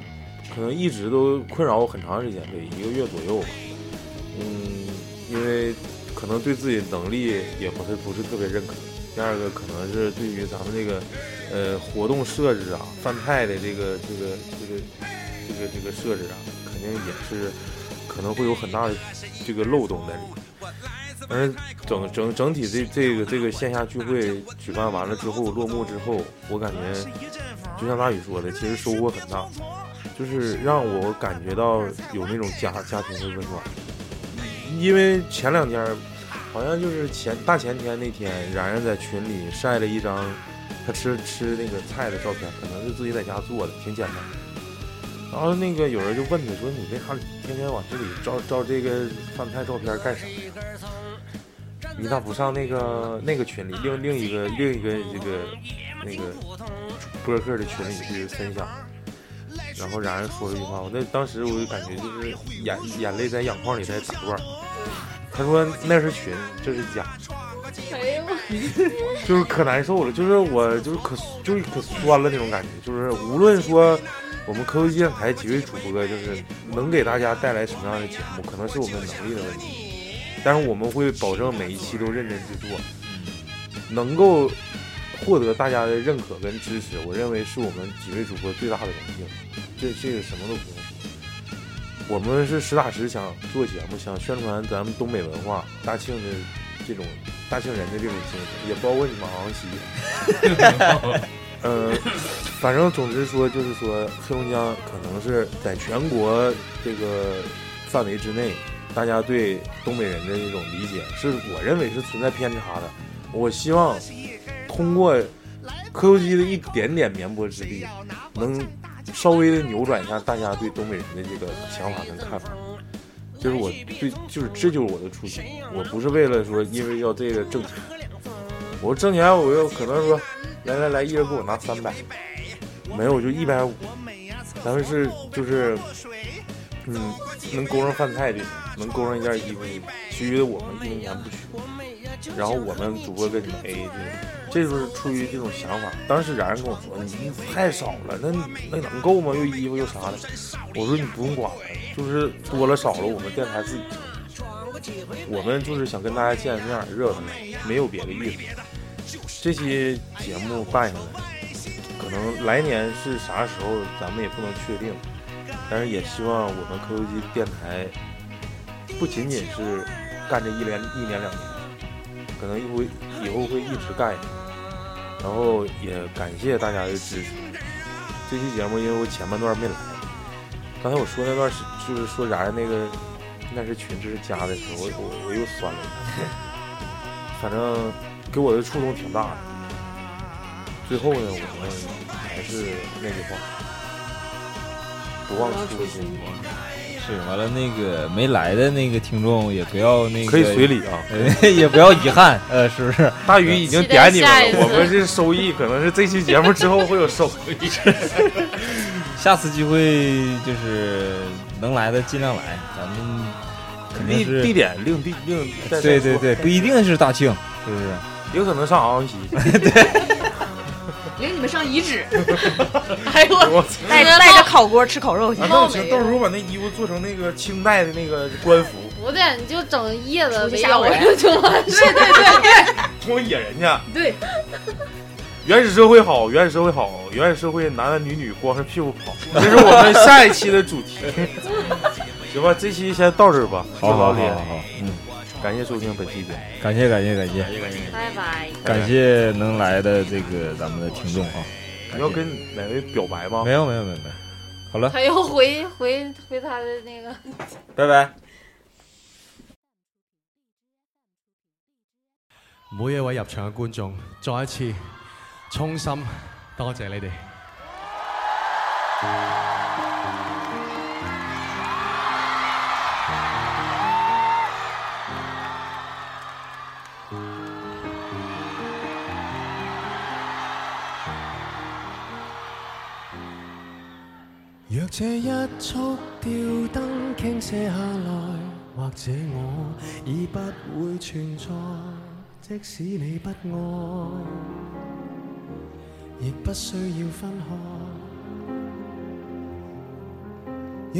Speaker 12: 可能一直都困扰我很长时间，得一个月左右吧。嗯，因为可能对自己能力也不是不是特别认可。第二个可能是对于咱们这个呃活动设置啊、饭菜的这个这个这个这个这个设置啊，肯定也是可能会有很大的这个漏洞在里面。但是整整整体这这个这个线下聚会举办完了之后，落幕之后，我感觉就像大宇说的，其实收获很大，就是让我感觉到有那种家家庭的温暖。因为前两天，好像就是前大前天那天，然然在群里晒了一张他吃吃那个菜的照片，可能是自己在家做的，挺简单的。然后那个有人就问他说：“你为啥天天往这里照照这个饭菜照片干啥呀？你咋不上那个那个群里另另一个另一个这个那个播客的群里去分享？”然后然然说了一句话，我那当时我就感觉就是眼眼泪在眼眶里在打转儿。他说那是群，这是家，
Speaker 6: 哎呦我，
Speaker 12: 就是可难受了，就是我就是可就是可酸了那种感觉，就是无论说我们科技电台几位主播，就是能给大家带来什么样的节目，可能是我们能力的问题，但是我们会保证每一期都认真制作，能够获得大家的认可跟支持，我认为是我们几位主播最大的荣幸，这这个什么都不用说。我们是实打实想做节目，想宣传咱们东北文化、大庆的这种大庆人的这种精神，也包括你们昂西。呃，反正总之说，就是说黑龙江可能是在全国这个范围之内，大家对东北人的一种理解，是我认为是存在偏差的。我希望通过科游机的一点点绵薄之力，能稍微的扭转一下大家对东北人的这个想法跟看法。就是我对，就是这就是我的初心。我不是为了说因为要这个挣钱，我挣钱我又可能说，来来来，一人给我拿三百，没有我就一百五。咱们是就是，嗯，能勾上饭菜就行，能勾上一件衣服就行，其余的我们一分钱不取。然后我们主播跟你们 AA 制，这就是出于这种想法。当时然然跟我说：“你太少了，那那能够吗？又衣服又啥的。”我说：“你不用管了，就是多了少了，我们电台自己承担。我们就是想跟大家见面，热闹，没有别的意思。这期节目办下来，可能来年是啥时候，咱们也不能确定。但是也希望我们科技机电台不仅仅是干这一年一年两年，可能以后以后会一直干下去。然后也感谢大家的支持。这期节目因为我前半段没来，刚才我说那段是就是说然然那个那是群，这是家的时候，我我我又酸了一下。反正给我的触动挺大的。最后呢，我们还是那句话，不忘初心。
Speaker 1: 是是，完了那个没来的那个听众也不要那个，
Speaker 12: 可以随礼啊
Speaker 1: 呃 也不要遗憾，呃，是不是？
Speaker 12: 大鱼已经点你们了，我们这收益可能是这期节目之后会有收益。
Speaker 1: 下次机会就是能来的尽量来，咱们肯定
Speaker 12: 地
Speaker 1: 是
Speaker 12: 地点另地另再
Speaker 1: 对
Speaker 12: 再
Speaker 1: 对
Speaker 12: 说
Speaker 1: 对，不一定是大庆，是不是？
Speaker 12: 有可能上昂溪。
Speaker 10: 领你们上遗址。
Speaker 7: 哎呦
Speaker 12: 我
Speaker 7: 带带着烤锅吃烤肉去
Speaker 12: 啊，。那我行，到时候我把那衣服做成那个清代的那个官服，
Speaker 11: 不对，你就整叶子
Speaker 7: 出去
Speaker 11: 围
Speaker 7: 吓
Speaker 11: 绕
Speaker 7: 唬人
Speaker 11: 着就完事儿。对对对
Speaker 12: 我野人去。
Speaker 11: 对，
Speaker 12: 原始社会好，原始社会好，原始社会男男女女光是屁股跑，这是我们下一期的主题。 行吧，这期先到这儿吧。
Speaker 1: 好
Speaker 12: 老
Speaker 1: 好好
Speaker 12: 李，
Speaker 1: 好，嗯，
Speaker 12: 感谢收听本期节目。
Speaker 1: 感谢感谢感谢，
Speaker 11: 拜拜。
Speaker 1: 感谢能来的这个咱们的听众啊！感谢
Speaker 12: 你要跟哪位表白吗？
Speaker 1: 没有没有没有没有，好了，
Speaker 11: 他又回回回他的那个。
Speaker 1: 拜拜。
Speaker 16: 每一位入場嘅觀眾，再一次衷心多謝你哋。
Speaker 17: 若這一束吊燈傾瀉下來，或者我已不會存在。即使你不愛，亦不需要分開。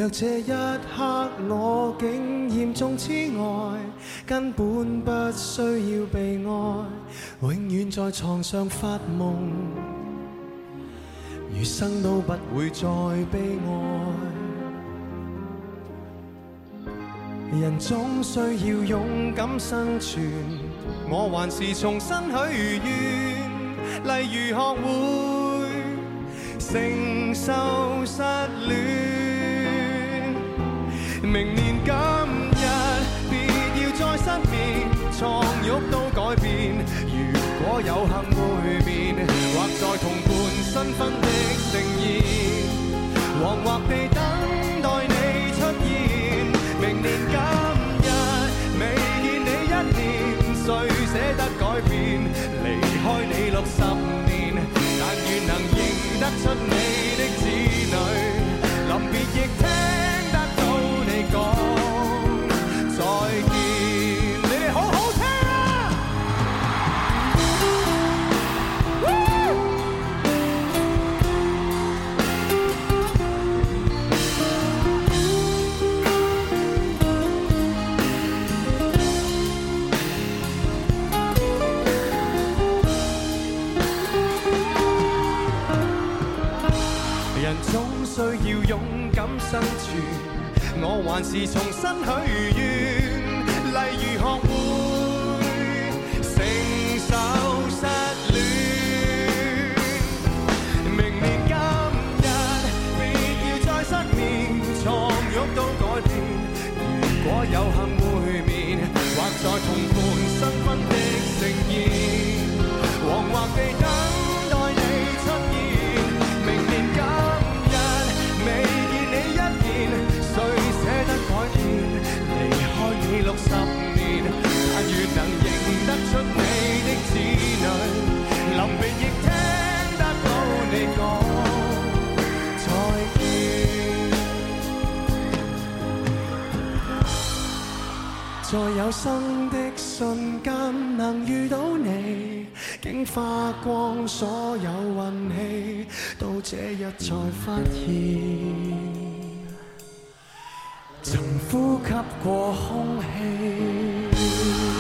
Speaker 17: 若這一刻我竟嚴重痴呆，根本不需要被愛，永遠在床上發夢。餘生都不會再悲哀。人總需要勇敢生存，我還是重新許願，例如學會承受失戀。明年今日，別要再失眠，床褥都改變。如果有幸會面，或在同伴新婚的盛宴，惶惑地等待你出現。明年今日，未見你一年，誰捨得改變？離開你六十年，但願能認得出你的子女。臨別亦聽得到你講再見，你哋好好聽啊！人總需要勇敢生存，我還是重新許願，例如學會承受失戀。明年今日，別要再失眠，床褥都改變。如果有幸會面，或在同伴新婚的盛宴，惶惑地等待你出現。明年今日未見你一面，誰捨得改變？離開你六十年，但願能認得出你的子女，臨別亦聽得到你講再見。在有生的瞬間能遇到你，竟花光所有運氣，到這日才發現，曾呼吸過空氣。